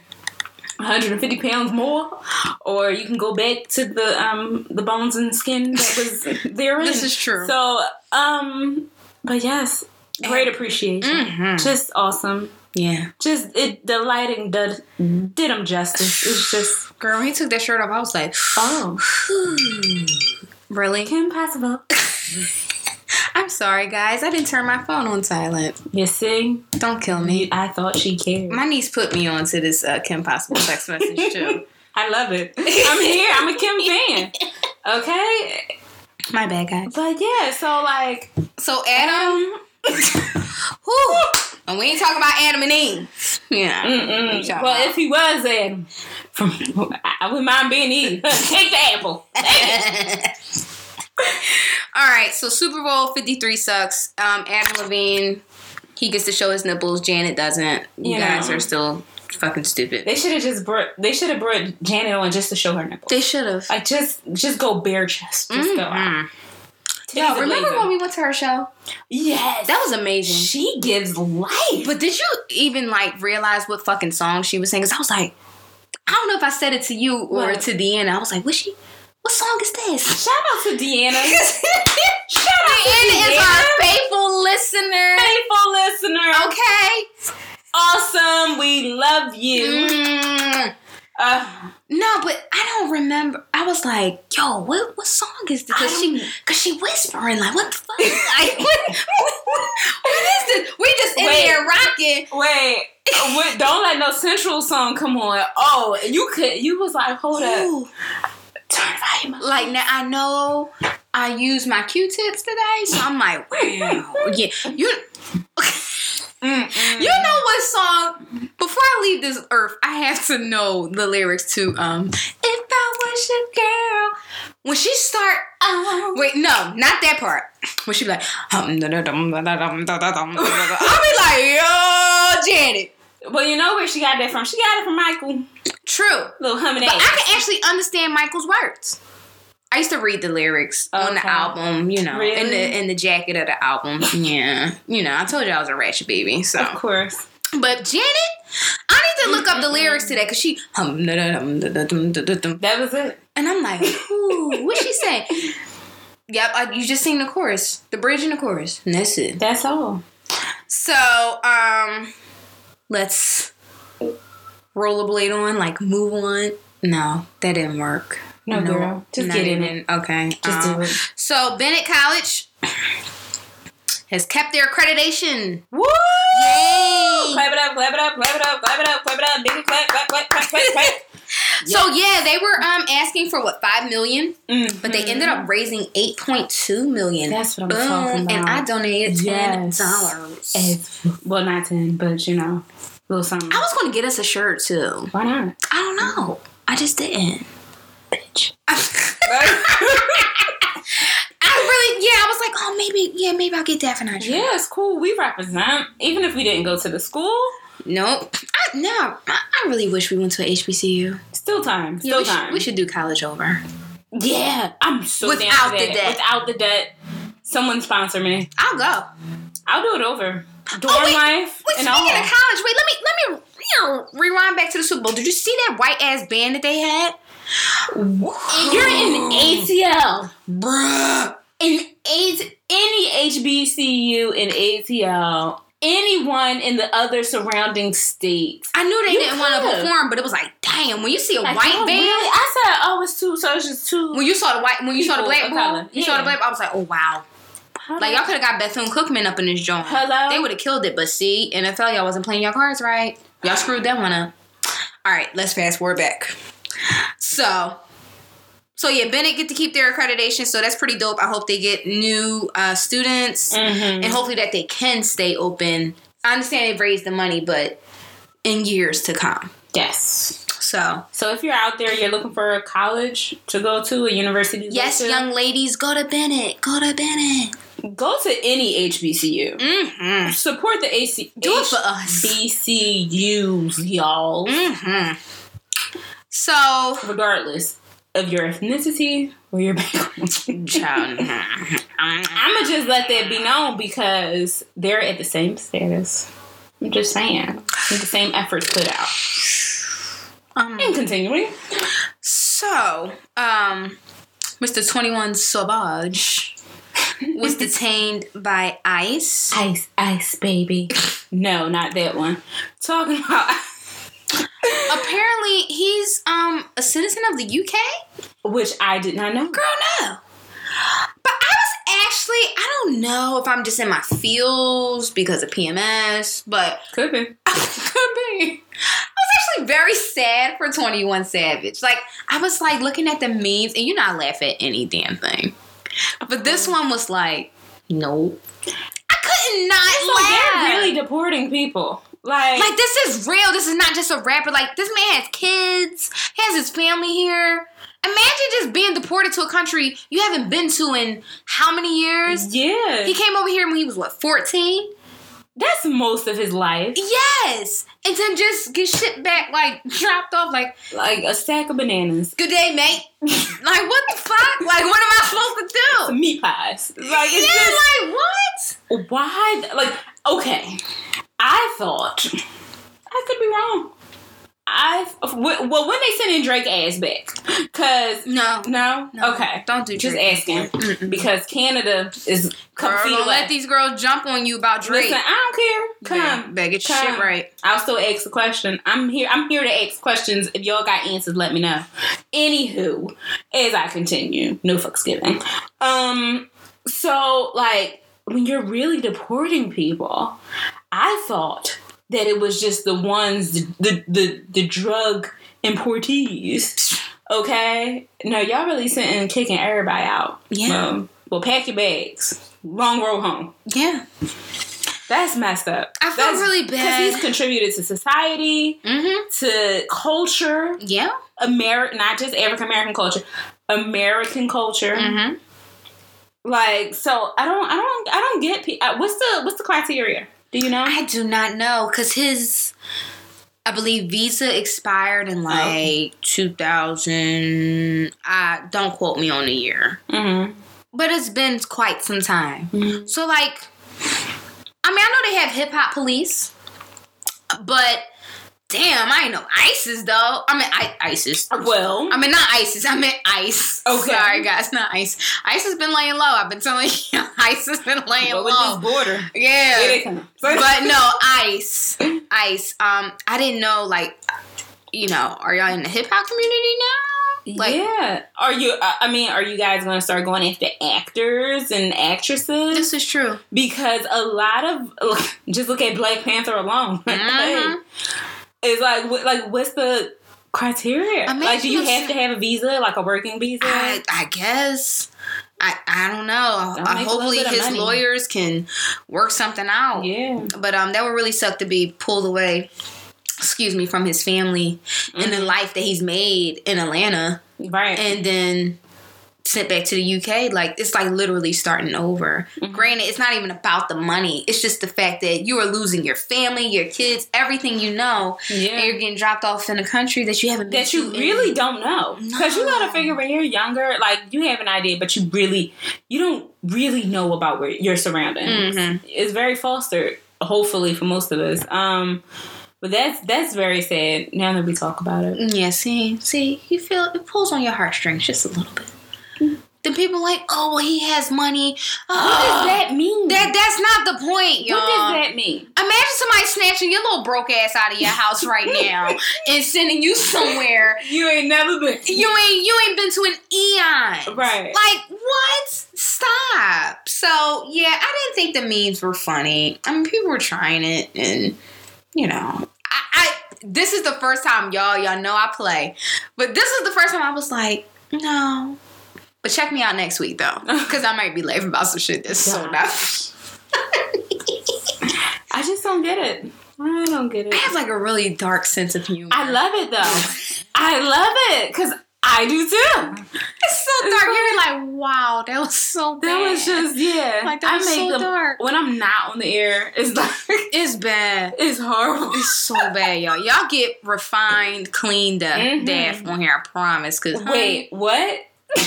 Speaker 3: 150 pounds more, or you can go back to the um the bones and skin that was therein.
Speaker 2: This is true.
Speaker 3: So, um, but yes, great appreciation.
Speaker 2: Mhm.
Speaker 3: Just awesome.
Speaker 2: Yeah,
Speaker 3: Just it, the lighting did did him justice. It's just
Speaker 2: girl, when he took that shirt off, I was like,
Speaker 3: oh,
Speaker 2: Ooh. Really?
Speaker 3: Kim Possible.
Speaker 2: I'm sorry, guys. I didn't turn my phone on silent.
Speaker 3: You see,
Speaker 2: Don't kill me.
Speaker 3: I thought she cared.
Speaker 2: My niece put me on to this uh, Kim Possible text message too.
Speaker 3: I love it. I'm here. I'm a Kim fan. Okay,
Speaker 2: My bad, guys.
Speaker 3: but yeah. So like,
Speaker 2: So Adam,
Speaker 3: um,
Speaker 2: who? And we ain't talking about Adam and Eve. Mm. Yeah.
Speaker 3: mm-mm.
Speaker 2: Shout
Speaker 3: well,
Speaker 2: out.
Speaker 3: if he was Adam, from I I wouldn't mind being Eve. Take the apple.
Speaker 2: All right. So Super Bowl 53 sucks. Um, Adam Levine, he gets to show his nipples. Janet doesn't. You
Speaker 3: You
Speaker 2: guys
Speaker 3: know.
Speaker 2: are still fucking stupid.
Speaker 3: They should have just brought. They should have brought Janet on just to show her nipples.
Speaker 2: They should have.
Speaker 3: like just, just go bare chest. Just go out.
Speaker 2: Mhm. Yo, remember when we went to her show?
Speaker 3: Yes,
Speaker 2: That was amazing.
Speaker 3: She gives life.
Speaker 2: But did you even like realize what fucking song she was singing? 'Cause I was like, I don't know if I said it to you or
Speaker 3: What?
Speaker 2: to Deanna. I was like, what she? What song is this?
Speaker 3: Shout out to Deanna.
Speaker 2: Deanna
Speaker 3: Shout out to
Speaker 2: is
Speaker 3: Deanna.
Speaker 2: our faithful listener.
Speaker 3: faithful listener.
Speaker 2: Okay.
Speaker 3: Awesome. We love you.
Speaker 2: Mm.
Speaker 3: Uh,
Speaker 2: No, but I don't remember. I was like, yo, what what song is this?
Speaker 3: I
Speaker 2: Cause she, cause she whispering like, what the fuck? like, what, what, what is this? We just in
Speaker 3: Wait.
Speaker 2: here rocking.
Speaker 3: wait. Wait, don't let no central song come on. Oh, you could. You was like, hold up,
Speaker 2: Ooh.
Speaker 3: turn the volume up.
Speaker 2: like now I know I used my Q-tips today, so I'm like, wow, yeah, you. You know what song? Before I leave this earth, I have to know the lyrics to um. If I was your girl, when she start, um, wait, no, not that part. When she be like, um, da, da, dum, da, da, dum, da, da, dum, da, da, da. I'll be like, yo, Janet,
Speaker 3: Well, you know where she got that from? She got it from Michael.
Speaker 2: true.
Speaker 3: Little humming
Speaker 2: But I
Speaker 3: ass.
Speaker 2: can actually understand Michael's words. I used to read the lyrics on the
Speaker 3: Okay.
Speaker 2: album, you know, in
Speaker 3: Really?
Speaker 2: the in the jacket of the album. Yeah, you know, I told you I was a ratchet baby. So,
Speaker 3: Of course.
Speaker 2: but Janet, I need to look up the lyrics to that because she hum da da dum da da dum da da dum,
Speaker 3: That was it.
Speaker 2: and I'm like, ooh, what's she saying? Yep, I, you just sing the chorus, the bridge and the chorus, and that's it.
Speaker 3: That's all.
Speaker 2: So, um, let's rollerblade on, like move on. No, that didn't work.
Speaker 3: No, girl. Just
Speaker 2: not
Speaker 3: get in
Speaker 2: even- Okay.
Speaker 3: Just
Speaker 2: um,
Speaker 3: do it.
Speaker 2: So Bennett College has kept their accreditation.
Speaker 3: Woo!
Speaker 2: Yay!
Speaker 3: Clap it up, clap it up, clap it up, clap it up, clap it up. Big clap, clap, clap, clap, clap, clap.
Speaker 2: So yeah, they were um asking for what five million,
Speaker 3: Mm.
Speaker 2: but they ended up raising eight point two million.
Speaker 3: That's what I'm
Speaker 2: Boom!
Speaker 3: talking about.
Speaker 2: And I donated ten
Speaker 3: Yes.
Speaker 2: dollars.
Speaker 3: It's, well, not 10, but you know, little something.
Speaker 2: I was going to get us a shirt too.
Speaker 3: Why not?
Speaker 2: I don't know. I just didn't.
Speaker 3: Bitch.
Speaker 2: I really, yeah, I was like, oh, maybe, yeah, maybe I'll get that for Nigeria.
Speaker 3: yeah, it's cool. We represent. Even if we didn't go to the school,
Speaker 2: Nope. I, no, I, I really wish we went to a HBCU.
Speaker 3: still time.
Speaker 2: Yeah,
Speaker 3: Still
Speaker 2: we,
Speaker 3: time.
Speaker 2: should, we should do college over.
Speaker 3: yeah, I'm so down
Speaker 2: Without
Speaker 3: for
Speaker 2: the
Speaker 3: that.
Speaker 2: debt.
Speaker 3: Without the debt. Someone sponsor me.
Speaker 2: I'll go. Oh,
Speaker 3: I'll do it over. Dorm
Speaker 2: wait.
Speaker 3: life
Speaker 2: Wait,
Speaker 3: and
Speaker 2: speaking
Speaker 3: all.
Speaker 2: of college, wait, let me, let me rewind back to the Super Bowl. Did you see that white ass band that they had?
Speaker 3: You're in ATL.
Speaker 2: Bruh.
Speaker 3: In eight, any HBCU in ATL. Anyone in the other surrounding states.
Speaker 2: I knew they
Speaker 3: You
Speaker 2: didn't want to
Speaker 3: could've.
Speaker 2: perform, but it was like, damn, when you see a
Speaker 3: Like,
Speaker 2: white
Speaker 3: oh,
Speaker 2: band.
Speaker 3: Really? I said, oh, it's two, so it's just two.
Speaker 2: When you saw the white, when you saw the black
Speaker 3: People of
Speaker 2: ball,
Speaker 3: color.
Speaker 2: you saw the
Speaker 3: Yeah.
Speaker 2: black. ball, I was like, oh wow, like y'all could have got Bethune Cookman up in this joint.
Speaker 3: Hello?
Speaker 2: they would have killed it. But see, NFL, y'all wasn't playing your cards right. Y'all screwed that one up. All right, let's fast forward back. So, so yeah, Bennett get to keep their accreditation, so that's pretty dope. I hope they get new uh, students, and
Speaker 3: Mhm.
Speaker 2: hopefully that they can stay open. I understand they've raised the money, but in years to come.
Speaker 3: Yes.
Speaker 2: So,
Speaker 3: So if you're out there, you're looking for a college to go to, a university to
Speaker 2: yes,
Speaker 3: go to,
Speaker 2: young ladies, go to Bennett. Go to Bennett.
Speaker 3: go to any HBCU.
Speaker 2: Mm-hmm.
Speaker 3: Support the AC-
Speaker 2: Do it for us.
Speaker 3: HBCUs, y'all.
Speaker 2: hmm So,
Speaker 3: Regardless of your ethnicity or your background.
Speaker 2: child,
Speaker 3: I'ma just let that be known because they're at the same status. I'm just saying. With the same efforts put out.
Speaker 2: um,
Speaker 3: And continuing.
Speaker 2: so, um, Mr. 21 Sauvage was detained by ICE.
Speaker 3: Ice, ice, baby. No, not that one. Talking about
Speaker 2: Apparently, he's um a citizen of the UK.
Speaker 3: which I did not know.
Speaker 2: Girl, no. But I was actually, I don't know if I'm just in my feels because of PMS, but
Speaker 3: Could be.
Speaker 2: could be. I was actually very sad for 21 Savage. Like, I was like looking at the memes, and you know, I laugh at any damn thing. But this one was like, nope. I couldn't not
Speaker 3: So
Speaker 2: laugh.
Speaker 3: Oh, they're really deporting people. Like,
Speaker 2: like this is real. This is not just a rapper. Like this man has kids. He has his family here. Imagine just being deported to a country you haven't been to in how many
Speaker 3: Mm.
Speaker 2: years?
Speaker 3: yeah,
Speaker 2: He came over here when he was what, 14?
Speaker 3: that's most of his life.
Speaker 2: Yes. And then just get shit back like dropped off like,
Speaker 3: Like a stack of bananas,
Speaker 2: "Good day, mate." like what the fuck? Like what am I supposed to do?
Speaker 3: some meat pies. Like,
Speaker 2: yeah,
Speaker 3: it's just
Speaker 2: like what?
Speaker 3: why? th- Like, okay, I thought I could be wrong. I w- well, when they sending Drake ass back? Cause
Speaker 2: No.
Speaker 3: no,
Speaker 2: no.
Speaker 3: okay,
Speaker 2: Don't do
Speaker 3: just
Speaker 2: Drake.
Speaker 3: asking
Speaker 2: Mm-mm.
Speaker 3: because Canada is
Speaker 2: Girl,
Speaker 3: come feet
Speaker 2: don't let
Speaker 3: away.
Speaker 2: these girls jump on you about Drake.
Speaker 3: Listen, I don't care. Come,
Speaker 2: Better- better get your
Speaker 3: come.
Speaker 2: shit right.
Speaker 3: I'll still ask the question. I'm here. I'm here to ask questions. If y'all got answers, let me know. Anywho, as I continue, no fucks given. Um, so like when you're really deporting people, I thought that it was just the ones the the the drug importees. Okay, no, y'all really sitting and kicking everybody out.
Speaker 2: Yeah.
Speaker 3: Um, well, pack your bags. Long road home.
Speaker 2: Yeah.
Speaker 3: That's messed up.
Speaker 2: I felt
Speaker 3: That's,
Speaker 2: really
Speaker 3: because
Speaker 2: bad.
Speaker 3: he's contributed to society,
Speaker 2: Mm-hmm.
Speaker 3: to culture,
Speaker 2: Yeah.
Speaker 3: American, not just African American culture, American culture.
Speaker 2: Mm-hmm.
Speaker 3: Like, so I don't, I don't, I don't get. Pe- uh, what's the what's the criteria? Do you know?
Speaker 2: I do not know because his, I believe, visa expired in like 2000. I don't quote me on the year,
Speaker 3: mm-hmm.
Speaker 2: but it's been quite some time. So like, I mean, I know they have hip hop police, but damn, I ain't know ISIS though. I mean, I, ISIS.
Speaker 3: Mm-hmm. Well,
Speaker 2: I mean, not ISIS. I meant ICE.
Speaker 3: Uh, Okay.
Speaker 2: Sorry, guys, not ICE. ICE has been laying low. I've been telling you, ICE has been laying
Speaker 3: but with
Speaker 2: low.
Speaker 3: this border,
Speaker 2: yeah
Speaker 3: here they come.
Speaker 2: but no, ice, ice. Um, I didn't know. Like, you know, are y'all in the hip hop community now? Like,
Speaker 3: yeah, are you? Uh, I mean, are you guys going to start going after actors and actresses?
Speaker 2: this is true.
Speaker 3: because a lot of just look at Black Panther alone. Like,
Speaker 2: Mhm.
Speaker 3: it's like what, like what's the criteria?
Speaker 2: Imagine
Speaker 3: like, do you
Speaker 2: if-
Speaker 3: have to have a visa, like a working visa?
Speaker 2: I, I guess. I, I don't know.
Speaker 3: Don't
Speaker 2: I,
Speaker 3: make a
Speaker 2: hopefully,
Speaker 3: little bit of
Speaker 2: his
Speaker 3: money.
Speaker 2: lawyers can work something out.
Speaker 3: yeah,
Speaker 2: But um, that would really suck to be pulled away. Excuse me, from his family and
Speaker 3: Mm-hmm.
Speaker 2: the life that he's made in Atlanta,
Speaker 3: right.
Speaker 2: and then sent back to the UK. Like it's like literally starting over.
Speaker 3: Mm-hmm.
Speaker 2: Granted, it's not even about the money. It's just the fact that you are losing your family, your kids, everything you know, and
Speaker 3: yeah.
Speaker 2: you're getting dropped off in a country that you haven't been
Speaker 3: That you
Speaker 2: to in-
Speaker 3: really don't know, because you
Speaker 2: No.
Speaker 3: gotta figure when you're younger, like you have an idea, but you really, you don't really know about where your surroundings.
Speaker 2: Mhm.
Speaker 3: It's very fostered, hopefully, for most of us. Um, but that's that's very sad. Now that we talk about it,
Speaker 2: Yeah, see, see, you feel it pulls on your heartstrings just a little bit.
Speaker 3: Mm-hmm.
Speaker 2: Then people like, oh, well, he has money.
Speaker 3: what does
Speaker 2: Oh,
Speaker 3: that mean?
Speaker 2: that that's not the point, y'all.
Speaker 3: what does that mean?
Speaker 2: Imagine somebody snatching your little broke ass out of your house right now and sending you somewhere
Speaker 3: You ain't never been.
Speaker 2: you ain't you ain't been to an eon.
Speaker 3: Right.
Speaker 2: Like what? Stop. So yeah, I didn't think the memes were funny. I mean, people were trying it, and you know, I, I this is the first time y'all y'all know I play, but this is the first time I was like, no. But check me out next week though, because I might be laughing about some shit that's so not.
Speaker 3: I just don't get it. I don't get it.
Speaker 2: I have like a really dark sense of humor.
Speaker 3: I love it though. I love it because I do too.
Speaker 2: it's so dark. You're like, wow, that was so bad.
Speaker 3: That was just yeah.
Speaker 2: Like, that
Speaker 3: I
Speaker 2: was so
Speaker 3: the-
Speaker 2: dark.
Speaker 3: when I'm not on the air. It's like
Speaker 2: it's bad.
Speaker 3: it's horrible.
Speaker 2: It's so bad, y'all. Y'all get refined, cleaned up,
Speaker 3: Mhm.
Speaker 2: deaf on here. I promise. Cause honey,
Speaker 3: Wait, what?
Speaker 2: they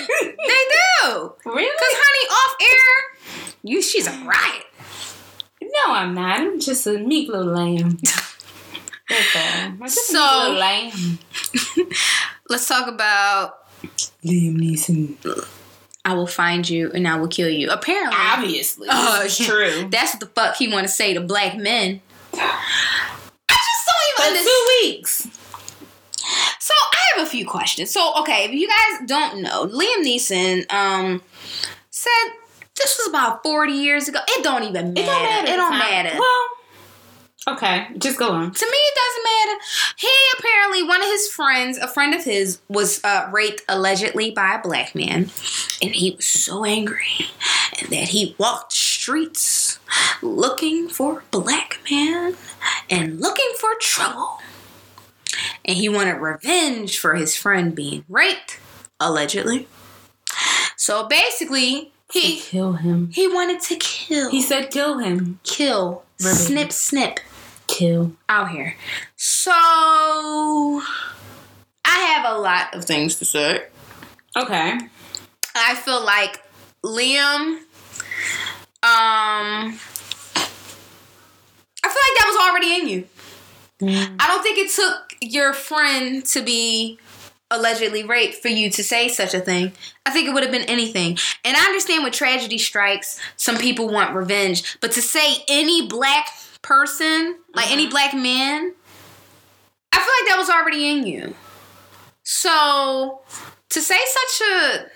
Speaker 2: do. Cause
Speaker 3: really?
Speaker 2: honey, off air, you she's a riot.
Speaker 3: No, I'm not. I'm just a meek little lamb. That's all. I'm just a
Speaker 2: So-
Speaker 3: meek little lamb.
Speaker 2: Let's talk about
Speaker 3: Liam Neeson.
Speaker 2: I will find you and I will kill you. Apparently,
Speaker 3: Obviously,
Speaker 2: Oh,
Speaker 3: it's
Speaker 2: yeah.
Speaker 3: true.
Speaker 2: that's what the fuck he want to say to black men. I just don't even
Speaker 3: But
Speaker 2: understand.
Speaker 3: two weeks.
Speaker 2: So So I have a few questions. So okay, if you guys don't know, Liam Neeson um said this was about 40 years ago. It don't even matter.
Speaker 3: It don't matter.
Speaker 2: It don't
Speaker 3: It's not-
Speaker 2: matter.
Speaker 3: Well, okay, just go on.
Speaker 2: to me, it doesn't matter. He apparently, one of his friends, a friend of his, was uh, raped allegedly by a black man, and he was so angry that he walked streets looking for a black man and looking for trouble. And he wanted revenge for his friend being raped, allegedly. So basically, he
Speaker 3: Kill him.
Speaker 2: he wanted to kill,
Speaker 3: He said, "Kill him.
Speaker 2: kill,
Speaker 3: Revenge.
Speaker 2: snip, snip
Speaker 3: Kill."
Speaker 2: out here. So I have a lot of things to say.
Speaker 3: Okay.
Speaker 2: I feel like Liam um I feel like that was already in you. I don't think it took your friend to be allegedly raped for you to say such a thing. I think it would have been anything. And I understand when tragedy strikes, some people want revenge, but to say any black person, like any black man, I feel like that was already in you. So to say such a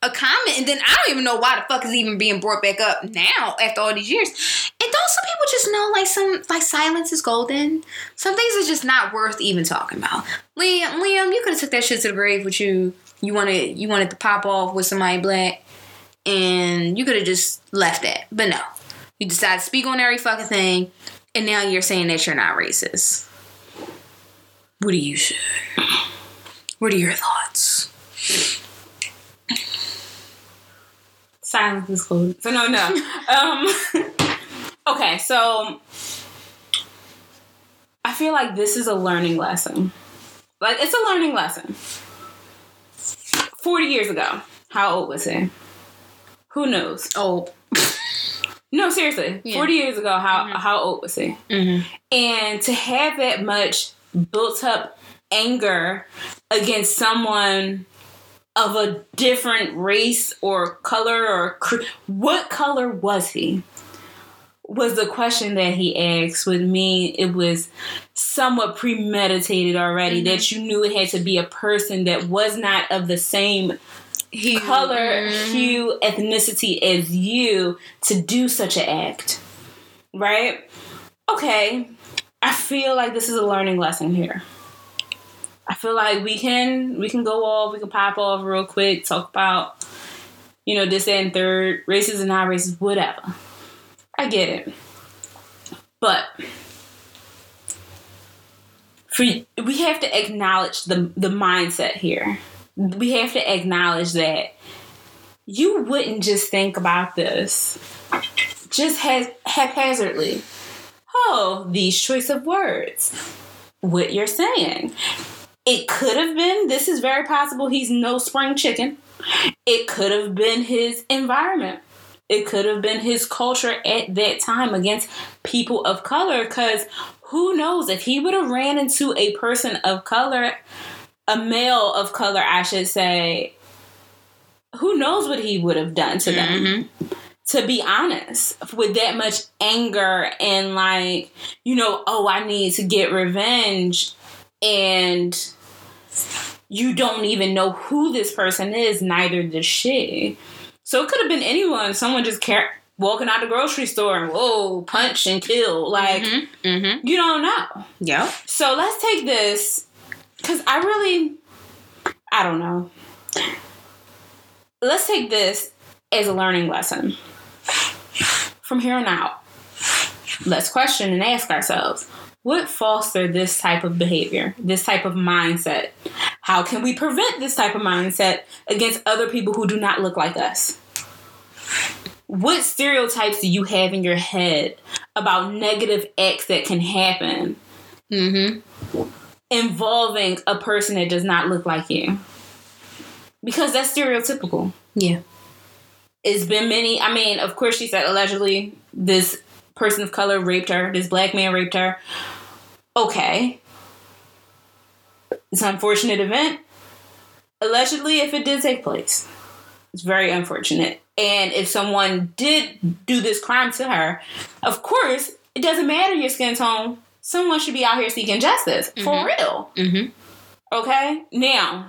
Speaker 2: a comment, and then I don't even know why the fuck is even being brought back up now after all these years. And don't some people just know like some like silence is golden? Some things are just not worth even talking about. Liam, Liam, you could have took that shit to the grave with you. You wanted you wanted to pop off with somebody black, and you could have just left that. But no, you decided to speak on every fucking thing, and now you're saying that you're not racist. What do you say? What are your thoughts?
Speaker 3: Silence is golden. So no, no. um, okay, so I feel like this is a learning lesson. Like it's a learning lesson. Forty years ago, how old was he? Who knows?
Speaker 2: Oh,
Speaker 3: No, seriously.
Speaker 2: Yeah.
Speaker 3: Forty years ago, how how old was he?
Speaker 2: Mhm.
Speaker 3: And to have that much built up anger against someone of a different race or color or cr- what color was he? Was the question that he asked would mean it was somewhat premeditated already that you knew it had to be a person that was not of the same
Speaker 2: he
Speaker 3: color, hue, ethnicity as you to do such an act. Right? Okay. I feel like this is a learning lesson here. I feel like we can we can go off, we can pop off real quick, talk about you know this that, and third, racist and not racist, whatever. I get it. But for we have to acknowledge the the mindset here we have to acknowledge that you wouldn't just think about this just ha- haphazardly. Oh, these choice of words, what you're saying. It could have been, this is very possible, he's no spring chicken. It could have been his environment. It could have been his culture at that time against people of color, because who knows if he would have ran into a person of color a male of color, I should say, who knows what he would have done to them. To be honest, with that much anger and like, you know, oh, I need to get revenge, and you don't even know who this person is, neither does she. So it could have been anyone, someone just car- walking out the grocery store and whoa, punch and kill. Like,
Speaker 2: Mm-hmm.
Speaker 3: you don't know.
Speaker 2: Yep.
Speaker 3: So let's take this because I really, I don't know. Let's take this as a learning lesson. From here on out, let's question and ask ourselves what fostered this type of behavior, this type of mindset? How can we prevent this type of mindset against other people who do not look like us? What stereotypes do you have in your head about negative acts that can happen
Speaker 2: Mm-hmm.
Speaker 3: involving a person that does not look like you because that's stereotypical
Speaker 2: Yeah.
Speaker 3: it's been many i mean of course she said allegedly this person of color raped her this black man raped her okay it's an unfortunate event allegedly if it did take place it's very unfortunate and if someone did do this crime to her of course it doesn't matter your skin tone someone should be out here seeking justice for real
Speaker 2: Mm-hmm.
Speaker 3: Okay? Now,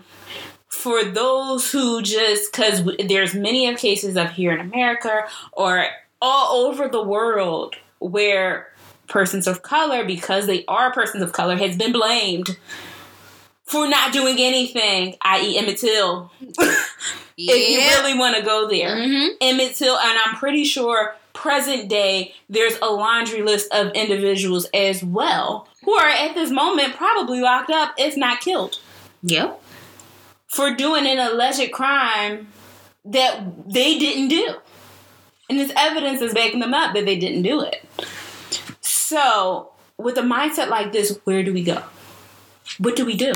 Speaker 3: for those who just because there's many of cases of here in America or all over the world where persons of color, because they are persons of color, has been blamed for not doing anything, i.e., Emmett Till.
Speaker 2: Yeah.
Speaker 3: If you really want to go there,
Speaker 2: Mhm.
Speaker 3: Emmett Till, and I'm pretty sure present day there's a laundry list of individuals as well who are at this moment probably locked up, if not killed
Speaker 2: Yep.
Speaker 3: for doing an alleged crime that they didn't do. And this evidence is backing them up that they didn't do it. So, with a mindset like this, where do we go? What do we do?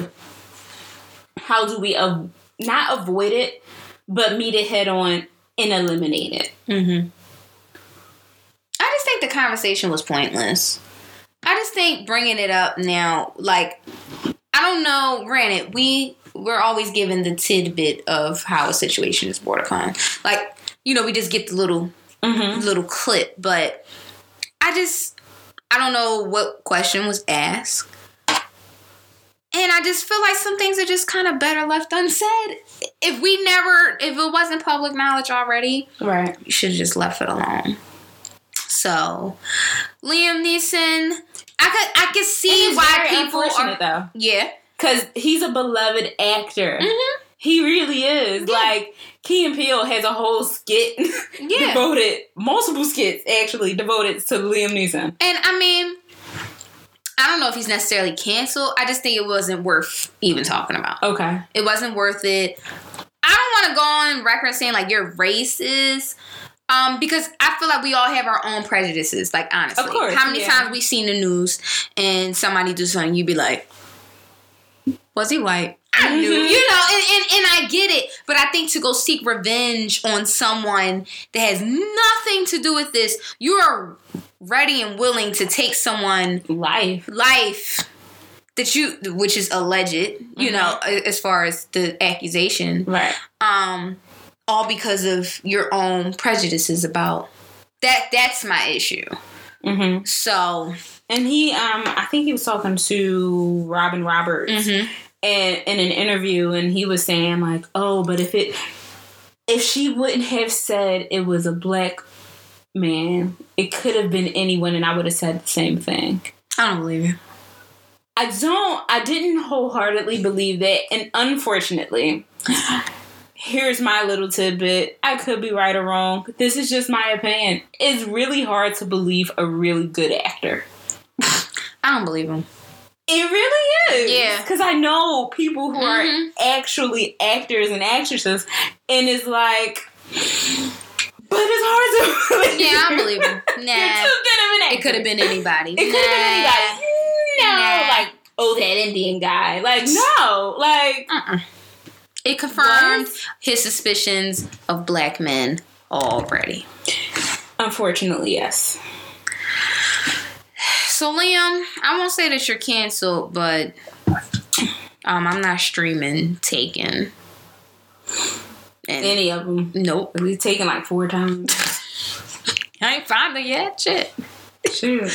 Speaker 3: How do we av- not avoid it, but meet it head on and eliminate it?
Speaker 2: Mm-hmm. I just think the conversation was pointless. I just think bringing it up now, like, I don't know. Granted, we we're always given the tidbit of how a situation is border crime. Like, you know, we just get the little
Speaker 3: Mm-hmm.
Speaker 2: little clip, but I just I don't know what question was asked. And I just feel like some things are just kind of better left unsaid. If we never if it wasn't public knowledge already,
Speaker 3: Right.
Speaker 2: you should have just left it alone. So, Liam Neeson, I could I could see why people are
Speaker 3: though.
Speaker 2: yeah.
Speaker 3: Because he's a beloved actor.
Speaker 2: Mhm.
Speaker 3: He really is.
Speaker 2: Yeah.
Speaker 3: Like, Key and Peele has a whole skit
Speaker 2: Yeah.
Speaker 3: devoted, multiple skits actually devoted to Liam Neeson.
Speaker 2: And I mean, I don't know if he's necessarily canceled. I just think it wasn't worth even talking about.
Speaker 3: Okay.
Speaker 2: It wasn't worth it. I don't want to go on record saying like you're racist. Um, because I feel like we all have our own prejudices, like honestly.
Speaker 3: Of course,
Speaker 2: How many
Speaker 3: yeah.
Speaker 2: times we seen the news and somebody do something, you be like, Was he white? I knew.
Speaker 3: Mhm.
Speaker 2: You know, and, and, and I get it. But I think to go seek revenge on someone that has nothing to do with this, you are ready and willing to take someone
Speaker 3: Life.
Speaker 2: life that you which is alleged you know a- as far as the accusation
Speaker 3: Right.
Speaker 2: um all because of your own prejudices about that that's my issue
Speaker 3: hmm
Speaker 2: so
Speaker 3: And he, um, I think he was talking to Robin Roberts
Speaker 2: mhm.
Speaker 3: and, in an interview, and he was saying, like, oh, but if it, if she wouldn't have said it was a black man, it could have been anyone, and I would have said the same thing.
Speaker 2: i don't believe you
Speaker 3: I don't, I didn't wholeheartedly believe that. And unfortunately, here's my little tidbit. I could be right or wrong. but This is just my opinion. It's really hard to believe a really good actor.
Speaker 2: i don't believe him
Speaker 3: It really is.
Speaker 2: Yeah.
Speaker 3: Because I know people who
Speaker 2: Mhm.
Speaker 3: are actually actors and actresses, and it's like, but it's hard to believe.
Speaker 2: yeah i believe him
Speaker 3: You're
Speaker 2: nah
Speaker 3: too good of an actor.
Speaker 2: it could have been anybody
Speaker 3: It could have been anybody. No,
Speaker 2: Nah.
Speaker 3: like oh that Indian guy. Like no, like
Speaker 2: uh-uh. it confirmed his suspicions of black men already
Speaker 3: unfortunately, yes.
Speaker 2: So Liam, I won't say that you're canceled, but um, I'm not streaming Taken. And
Speaker 3: Any of them.
Speaker 2: nope,
Speaker 3: We've taken like four times.
Speaker 2: I ain't found her yet. Shit.
Speaker 3: Uh, Sure.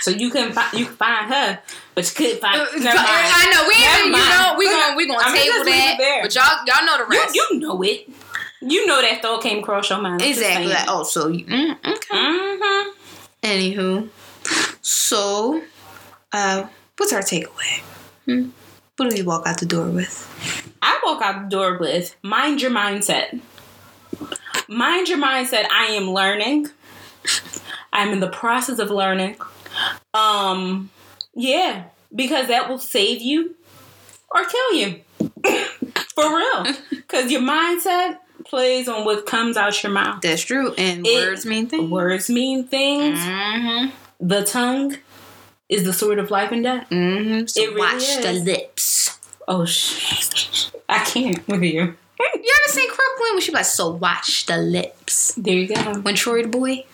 Speaker 3: So you can find you can find her, but you could find.
Speaker 2: Uh, But-
Speaker 3: Never mind.
Speaker 2: I know we
Speaker 3: Never
Speaker 2: ain't, you
Speaker 3: mind.
Speaker 2: know we gonna we gonna
Speaker 3: I mean, just
Speaker 2: table
Speaker 3: leave it
Speaker 2: that,
Speaker 3: there.
Speaker 2: but y'all y'all know the
Speaker 3: You,
Speaker 2: rest.
Speaker 3: you know it. You know that thought came across your mind.
Speaker 2: exactly. Like, oh, so you, mm, okay.
Speaker 3: Mm-hmm.
Speaker 2: Anywho, so uh, what's our takeaway? Hmm? What do we walk out the door with?
Speaker 3: I walk out the door with mind your mindset. Mind your mindset. I am learning. I'm in the process of learning. Um, yeah, because that will save you or kill you. For real. Because your mindset plays on what comes out your mouth.
Speaker 2: That's true, and
Speaker 3: It-
Speaker 2: words mean
Speaker 3: The
Speaker 2: things.
Speaker 3: words mean things,
Speaker 2: Mm-hmm.
Speaker 3: the tongue is the sword of life and death.
Speaker 2: Mm-hmm. So
Speaker 3: It really
Speaker 2: watch the
Speaker 3: is.
Speaker 2: lips.
Speaker 3: Oh, sh- I can't with
Speaker 2: You
Speaker 3: you.
Speaker 2: ever seen Crooklyn? When she be like, so watch the lips.
Speaker 3: There you go.
Speaker 2: When Troy the boy.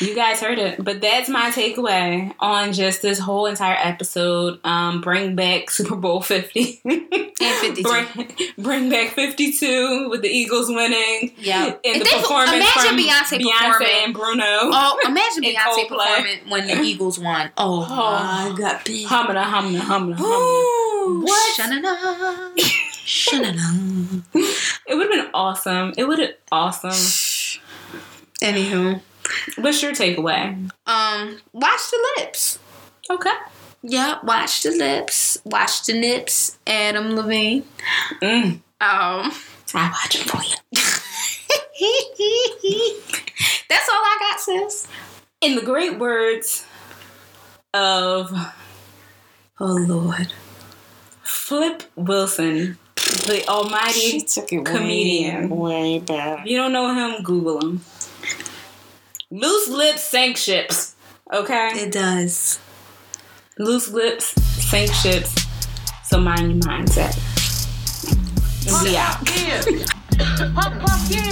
Speaker 3: You guys heard it, but that's my takeaway on just this whole entire episode. Um, bring back Super Bowl fifty
Speaker 2: And 52.
Speaker 3: Bring, bring back fifty two with the Eagles winning.
Speaker 2: Yeah.
Speaker 3: and the
Speaker 2: If they-
Speaker 3: performance
Speaker 2: imagine
Speaker 3: from
Speaker 2: Beyonce performing.
Speaker 3: and Bruno.
Speaker 2: Oh, imagine
Speaker 3: And
Speaker 2: Beyonce
Speaker 3: Coldplay.
Speaker 2: performing when the Eagles won. Oh,
Speaker 3: Oh.
Speaker 2: my God, bitch.
Speaker 3: Humna, humna, humna, humna.
Speaker 2: Ooh.
Speaker 3: What?
Speaker 2: Shanana. Shanana.
Speaker 3: It would have been awesome. It would have awesome.
Speaker 2: Anywho,
Speaker 3: What's your takeaway?
Speaker 2: um, watch the lips.
Speaker 3: Okay.
Speaker 2: Yeah, watch the lips. Watch the nips. Adam Levine.
Speaker 3: Mm.
Speaker 2: Um,
Speaker 3: I watch it for you.
Speaker 2: that's all I got, sis.
Speaker 3: In the great words of
Speaker 2: Oh Lord,
Speaker 3: Flip Wilson, the almighty
Speaker 4: took it
Speaker 3: comedian.
Speaker 4: way back.
Speaker 3: If you don't know him, Google him. Loose lips sank ships. Okay?
Speaker 2: it does.
Speaker 3: Loose lips sank ships. So mind your mindset. And we out.
Speaker 1: Yeah. Pop, pop, yeah.